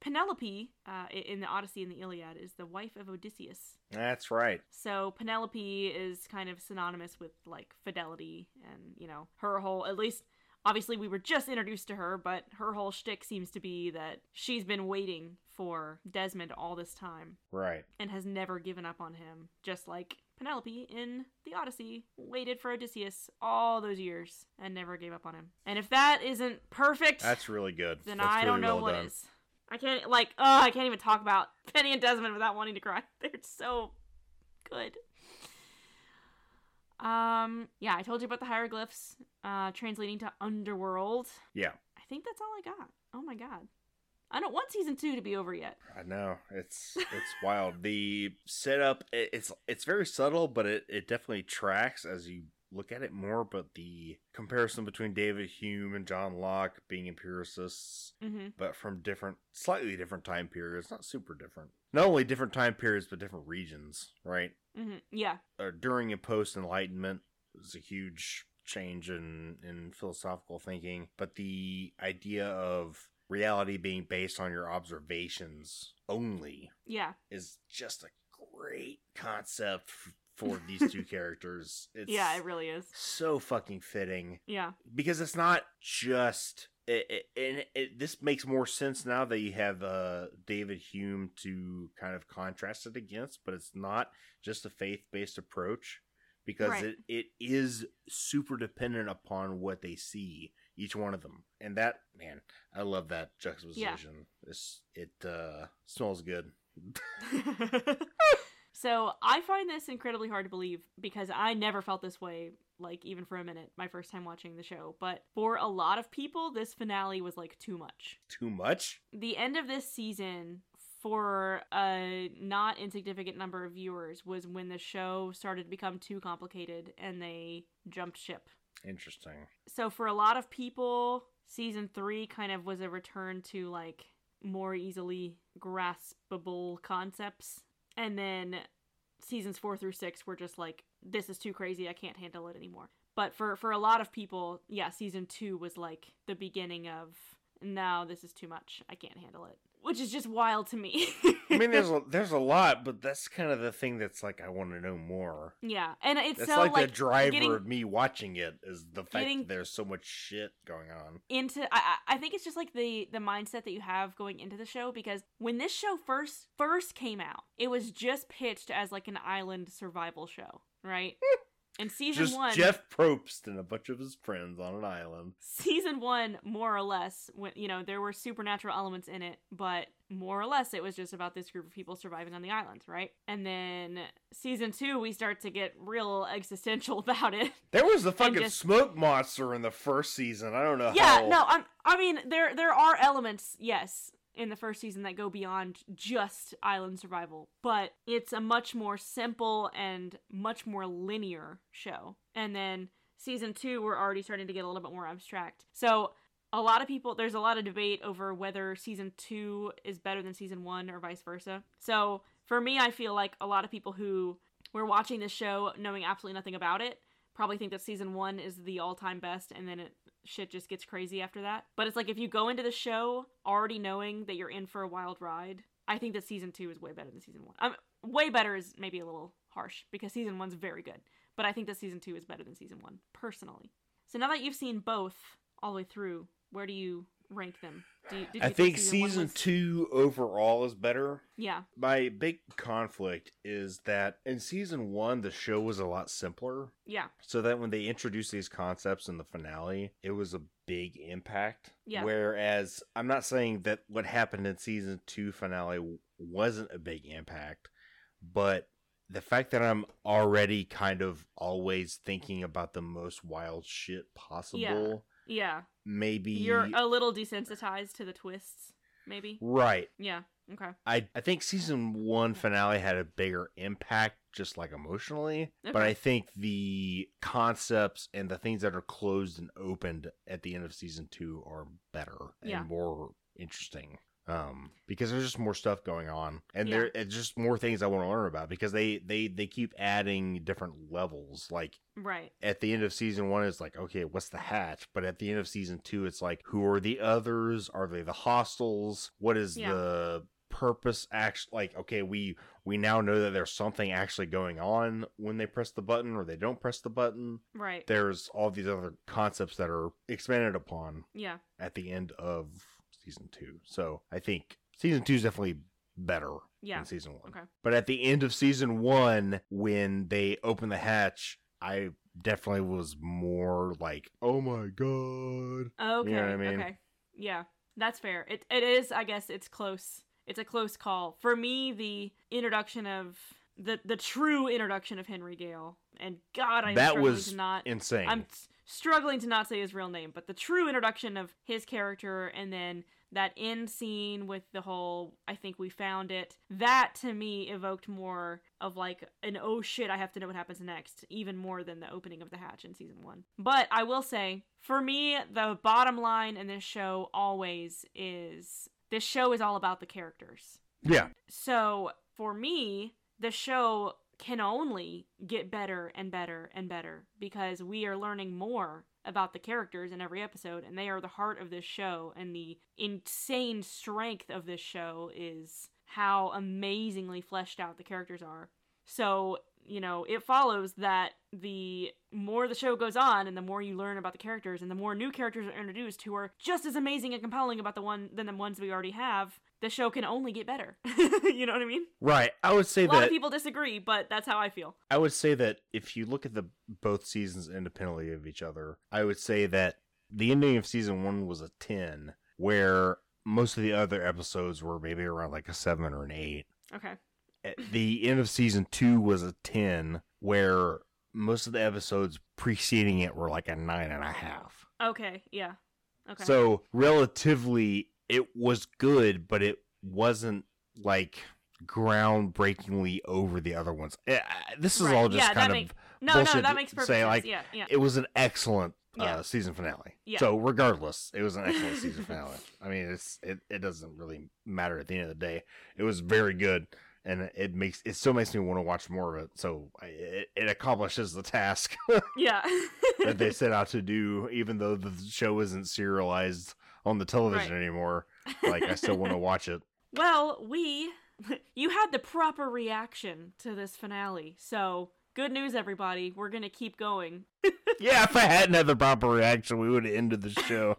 S1: Penelope uh, i- in the Odyssey and the Iliad is the wife of Odysseus.
S2: That's right.
S1: So Penelope is kind of synonymous with like fidelity and, you know, her whole, at least, obviously we were just introduced to her, but her whole shtick seems to be that she's been waiting for Desmond all this time
S2: Right.
S1: and has never given up on him, just like Penelope in the Odyssey waited for Odysseus all those years and never gave up on him. And if that isn't perfect,
S2: That's really good.
S1: then
S2: That's
S1: I don't
S2: really
S1: know
S2: well
S1: what
S2: done.
S1: is. I can't like, oh, I can't even talk about (laughs) Penny and Desmond without wanting to cry. (laughs) They're so good. Um, yeah, I told you about the hieroglyphs uh, translating to underworld.
S2: Yeah.
S1: I think that's all I got. Oh my god, I don't want season two to be over yet.
S2: I know it's it's wild. The setup i- it's it's very subtle, but it it definitely tracks as you look at it more. But the comparison between David Hume and John Locke being empiricists,
S1: Mm-hmm.
S2: but from different, slightly different time periods, not super different. Not only different time periods, but different regions, right?
S1: Mm-hmm. Yeah.
S2: uh, during and post enlightenment was a huge change in in philosophical thinking but the idea of reality being based on your observations only
S1: Yeah.
S2: is just a great concept f- for
S1: (laughs)
S2: these two characters it's
S1: yeah, it really is.
S2: so fucking fitting
S1: Yeah. (laughs)
S2: because it's not just it, it, and it, this makes more sense now that you have uh, David Hume to kind of contrast it against, but it's not just a faith based approach because
S1: Right.
S2: it, it is super dependent upon what they see, each one of them. And that, man, I love that juxtaposition. It's, it uh, smells good.
S1: so I find this incredibly hard to believe because I never felt this way, like even for a minute, my first time watching the show. But for a lot of people, this finale was like too much.
S2: Too much?
S1: The end of this season for a not insignificant number of viewers was when the show started to become too complicated and they jumped ship.
S2: Interesting.
S1: So for a lot of people, season 3 kind of was a return to like more easily graspable concepts and then seasons 4 through 6 were just like this is too crazy, I can't handle it anymore. But for for a lot of people, yeah, season 2 was like the beginning of no, this is too much. I can't handle it. Which is just wild to me.
S2: I mean, there's a, there's a lot, but that's kind of the thing that's like I want to know more.
S1: (laughs) yeah, and it's
S2: That's
S1: so
S2: like,
S1: like,
S2: the driver
S1: getting-
S2: of me watching it is the fact
S1: getting-
S2: that there's so much shit going on.
S1: into I, I I think it's just like the the mindset that you have going into the show because when this show first first came out it was just pitched as like an island survival show
S2: (laughs)
S1: right and season
S2: Just
S1: one
S2: Jeff Probst and a bunch of his friends on an island.
S1: season one more or less when you know there were supernatural elements in it but more or less it was just about this group of people surviving on the island right and then season two we start to get real existential (laughs) about it
S2: There was the fucking
S1: just-
S2: smoke monster in the first season. I don't know
S1: yeah
S2: how.
S1: no i'm i mean there there are elements yes in the first season that go beyond just island survival but it's a much more simple and much more linear show and then season two we're already starting to get a little bit more abstract so a lot of people there's a lot of debate over whether season two is better than season one or vice versa so for me i feel like a lot of people who were watching this show knowing absolutely nothing about it probably think that season one is the all-time best and then it shit just gets crazy after that. But it's like if you go into the show already knowing that you're in for a wild ride, I think that season two is way better than season one. I'm way better is maybe a little harsh because season one's very good, but I think that season two is better than season one personally. So now that you've seen both all the way through, where do you rank them? Do you, did you
S2: I think
S1: one
S2: season
S1: was-
S2: two overall is better.
S1: Yeah,
S2: My big conflict is that in season one, the show was a lot simpler.
S1: yeah,
S2: so that when they introduced these concepts in the finale, it was a big impact.
S1: Yeah.
S2: Whereas I'm not saying that what happened in season two finale w- wasn't a big impact, but the fact that I'm already kind of always thinking about the most wild shit possible,
S1: yeah.
S2: maybe
S1: You're a little desensitized to the twists, maybe.
S2: right.
S1: Yeah. Okay.
S2: I I think season one finale had a bigger impact, just like emotionally. But
S1: Okay.
S2: I think the concepts and the things that are closed and opened at the end of season two are better
S1: Yeah.
S2: and more interesting. Um, because there's just more stuff going on, and
S1: Yeah.
S2: there it's just more things I want to learn about because they they they keep adding different levels. Like
S1: Right.
S2: at the end of season one it's like okay what's the hatch but at the end of season two it's like who are the others are they the hostels what is
S1: Yeah.
S2: the purpose actually like okay we we now know that there's something actually going on when they press the button or they don't press the button
S1: Right.
S2: there's all these other concepts that are expanded upon
S1: Yeah.
S2: at the end of season two so i think season two is definitely better
S1: Yeah.
S2: in season one.
S1: Okay.
S2: But at the end of season one, when they opened the hatch, I definitely was more like, "Oh my god!"
S1: Okay.
S2: Mm-hmm. what I mean?
S1: Okay. Yeah, that's fair. It it is. I guess it's close. It's a close call for me. The introduction of the the true introduction of Henry Gale, and God, I'm
S2: That
S1: struggling
S2: was
S1: to not.
S2: Insane.
S1: I'm s- struggling to not say his real name, but the true introduction of his character, and then that end scene with the whole "I think we found it." That to me evoked more of like an "Oh shit, I have to know what happens next," even more than the opening of the hatch in season one. But I will say, for me, the bottom line in this show always is this show is all about the characters.
S2: yeah,
S1: So for me, the show can only get better and better and better because we are learning more about the characters in every episode and they are the heart of this show and the insane strength of this show is how amazingly fleshed out the characters are. So, you know, it follows that the more the show goes on and the more you learn about the characters and the more new characters are introduced who are just as amazing and compelling about the one than the ones we already have, the show can only get better. (laughs) you know what I mean?
S2: right. I would say
S1: A lot of
S2: that.
S1: people disagree, but that's how I feel.
S2: I would say that if you look at the both seasons independently of each other, I would say that the ending of season one was a ten, where most of the other episodes were maybe around like a seven or an eight.
S1: Okay.
S2: at the end of season two was a 10 where most of the episodes preceding it were like a nine and a half
S1: Okay. Yeah. Okay.
S2: so relatively it was good but it wasn't like groundbreakingly over the other ones. Eh, I- This is
S1: Right.
S2: all just
S1: Yeah, that
S2: kind of
S1: make- No, no,
S2: bullshit
S1: that
S2: to
S1: makes perfect
S2: say,
S1: sense.
S2: like,
S1: yeah, yeah.
S2: it was an excellent
S1: Yeah.
S2: uh, season finale.
S1: Yeah.
S2: So regardless, it was an excellent season finale. I mean, it's it, it doesn't really matter at the end of the day. It was very good, and it makes it still makes me want to watch more of it. So I, it, it accomplishes the task (laughs)
S1: yeah.
S2: that they set out to do, even though the show isn't serialized on the television anymore. Like I still want to watch it.
S1: (laughs) Well, we (laughs) you had the proper reaction to this finale. So, good news everybody. We're going to keep going.
S2: Yeah, if I hadn't had the proper reaction, we would have ended the show.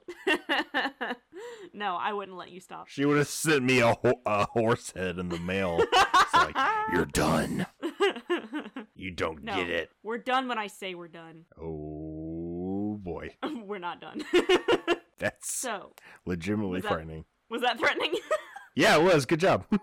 S1: (laughs) no, I wouldn't let you stop.
S2: She would have sent me a, ho- a horse head in the mail. It's like you're done. You don't
S1: No.
S2: get it.
S1: (laughs) we're done when I say we're done. (laughs)
S2: Oh boy,
S1: we're not done. (laughs)
S2: that's
S1: so,
S2: legitimately
S1: was that-
S2: frightening.
S1: was that threatening?
S2: Yeah, it was. Good job. (laughs)
S1: (laughs)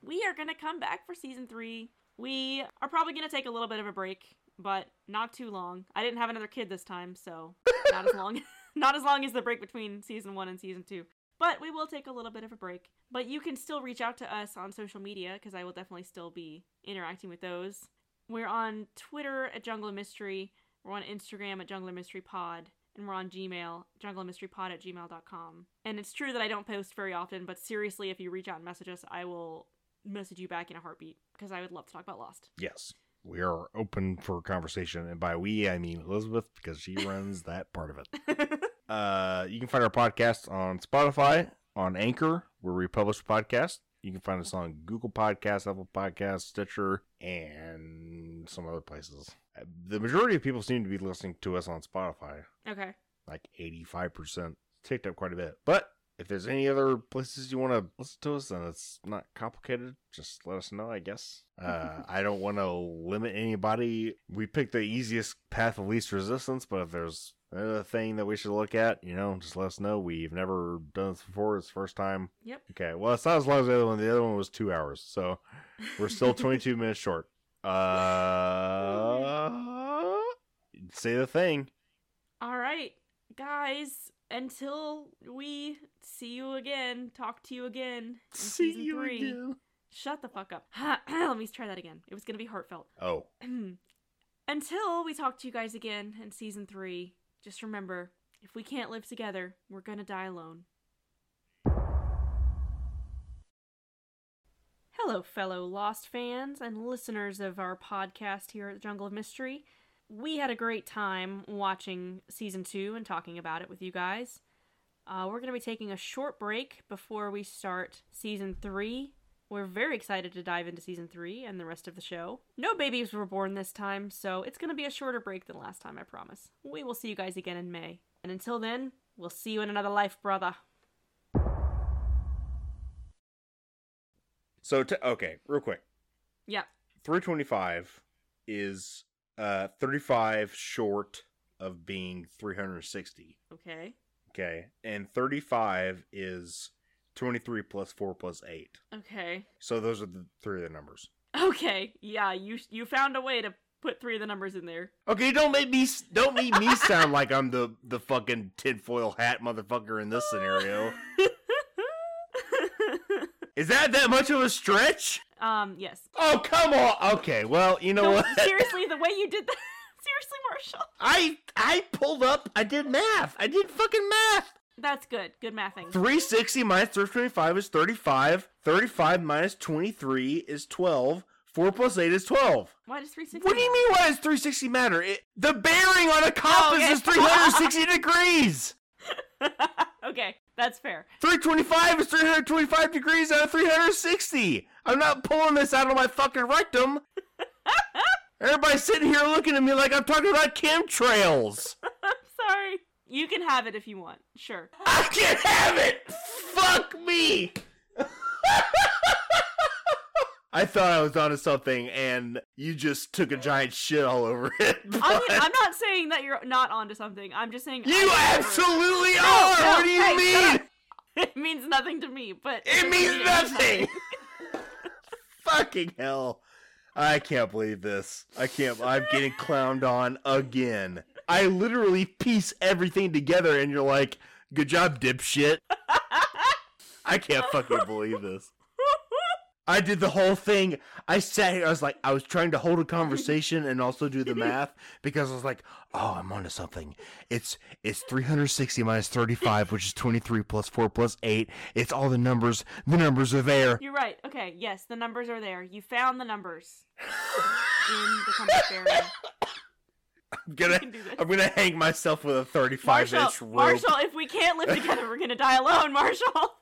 S1: we are going to come back for season three. We are probably going to take a little bit of a break, but not too long. I didn't have another kid this time, so not as long. (laughs) Not as long as the break between season one and season two. But we will take a little bit of a break. But you can still reach out to us on social media because I will definitely still be interacting with those. We're on Twitter at Jungle Mystery. We're on Instagram at Jungle Mystery Pod. And we're on Gmail, junglemysterypod at gmail.com. And it's true that I don't post very often, but seriously, if you reach out and message us, I will message you back in a heartbeat because I would love to talk about Lost. (laughs)
S2: Yes, we are open for conversation, and by we I mean Elizabeth because
S1: (laughs)
S2: she runs that part of it. Uh, you can find our podcast on Spotify, on Anchor, where we publish the podcast. You can find us on Google Podcasts, Apple Podcasts, Stitcher, and some other places. Uh, The majority of people seem to be listening to us on Spotify.
S1: okay.
S2: like 85%. Ticked up quite a bit. But if there's any other places you want to listen to us and it's not complicated, just let us know,
S1: (laughs)
S2: I guess. Uh, I don't want to limit anybody. We picked the easiest path of least resistance, but if there's another thing that we should look at, you know, just let us know. We've never done this before. It's the first time.
S1: Yep.
S2: Okay. Well, it's not as long as the other one. The other one was two hours. So
S1: (laughs)
S2: we're still 22 minutes short. Uh, say the thing.
S1: All right, guys. Until we see you again, talk to you again. In season three. Shut the fuck up. (clears throat) Let me try that again. It was gonna be heartfelt.
S2: Oh,
S1: (clears throat) Until we talk to you guys again in season three, just remember if we can't live together, we're gonna die alone. Hello, fellow Lost fans and listeners of our podcast here at the Jungle of Mystery. We had a great time watching season two and talking about it with you guys. Uh, we're going to be taking a short break before we start season three. We're very excited to dive into season three and the rest of the show. No babies were born this time, so it's going to be a shorter break than last time, I promise. We will see you guys again in May. And until then, we'll see you in another life, brother.
S2: so t- okay, real quick.
S1: Yeah.
S2: Three twenty-five is uh thirty-five short of being three hundred sixty.
S1: Okay.
S2: Okay, and thirty-five is twenty-three plus four plus eight.
S1: Okay. (laughs)
S2: So those are the three of the numbers.
S1: Okay. Yeah, you you found a way to put three of the numbers in there.
S2: Okay, don't make me s- don't make me sound like I'm the the fucking tinfoil hat motherfucker in this (laughs) scenario. Is that that much of a stretch?
S1: (laughs) um, yes.
S2: Oh come on. Okay, well you know
S1: No,
S2: what.
S1: seriously, the way you did that. (laughs) seriously, Marshall.
S2: I I pulled up. I did math. I did fucking math.
S1: That's good. Good mathing.
S2: 360 minus 325 is 35. 35 minus 23 is 12. 4 plus 8 is 12.
S1: Why does 360?
S2: What do you mean, why does 360 matter? It, the bearing on a compass
S1: okay.
S2: is 360 degrees.
S1: okay, that's fair.
S2: 325 is 325 degrees out of 360. I'm not pulling this out of my fucking rectum. Everybody's sitting here looking at me like I'm talking about chemtrails.
S1: I'm sorry. You can have it if you want. Sure.
S2: I can have it! Fuck me! I thought I was onto something and you just took a giant shit all over it.
S1: I mean,
S2: but-
S1: I'm not saying that you're not onto something. I'm just saying.
S2: (laughs) you
S1: I never-
S2: absolutely
S1: No,
S2: are!
S1: no,
S2: what do you
S1: hey, shut
S2: mean?
S1: (laughs) It means nothing to me, but (laughs)
S2: It means nothing! (laughs) Fucking hell. I can't believe this. I can't. I'm getting clowned on again. I literally piece everything together and you're
S1: (laughs)
S2: like, good job, dipshit. I can't fucking believe this. I did the whole thing. I sat here. I was like, I was trying to hold a conversation and also do the math because I was like, oh, I'm onto something. It's it's 360 minus 35, which is 23 plus 4 plus 8. It's all the numbers. The numbers are there.
S1: You're right. Okay, yes, the numbers are there. You found the numbers in the compass bearing.
S2: I'm
S1: You
S2: (laughs) gonna
S1: can do this.
S2: I'm gonna hang myself with a 35
S1: Marshall,
S2: inch rope.
S1: Marshall, if we can't live together, we're gonna die alone, Marshall.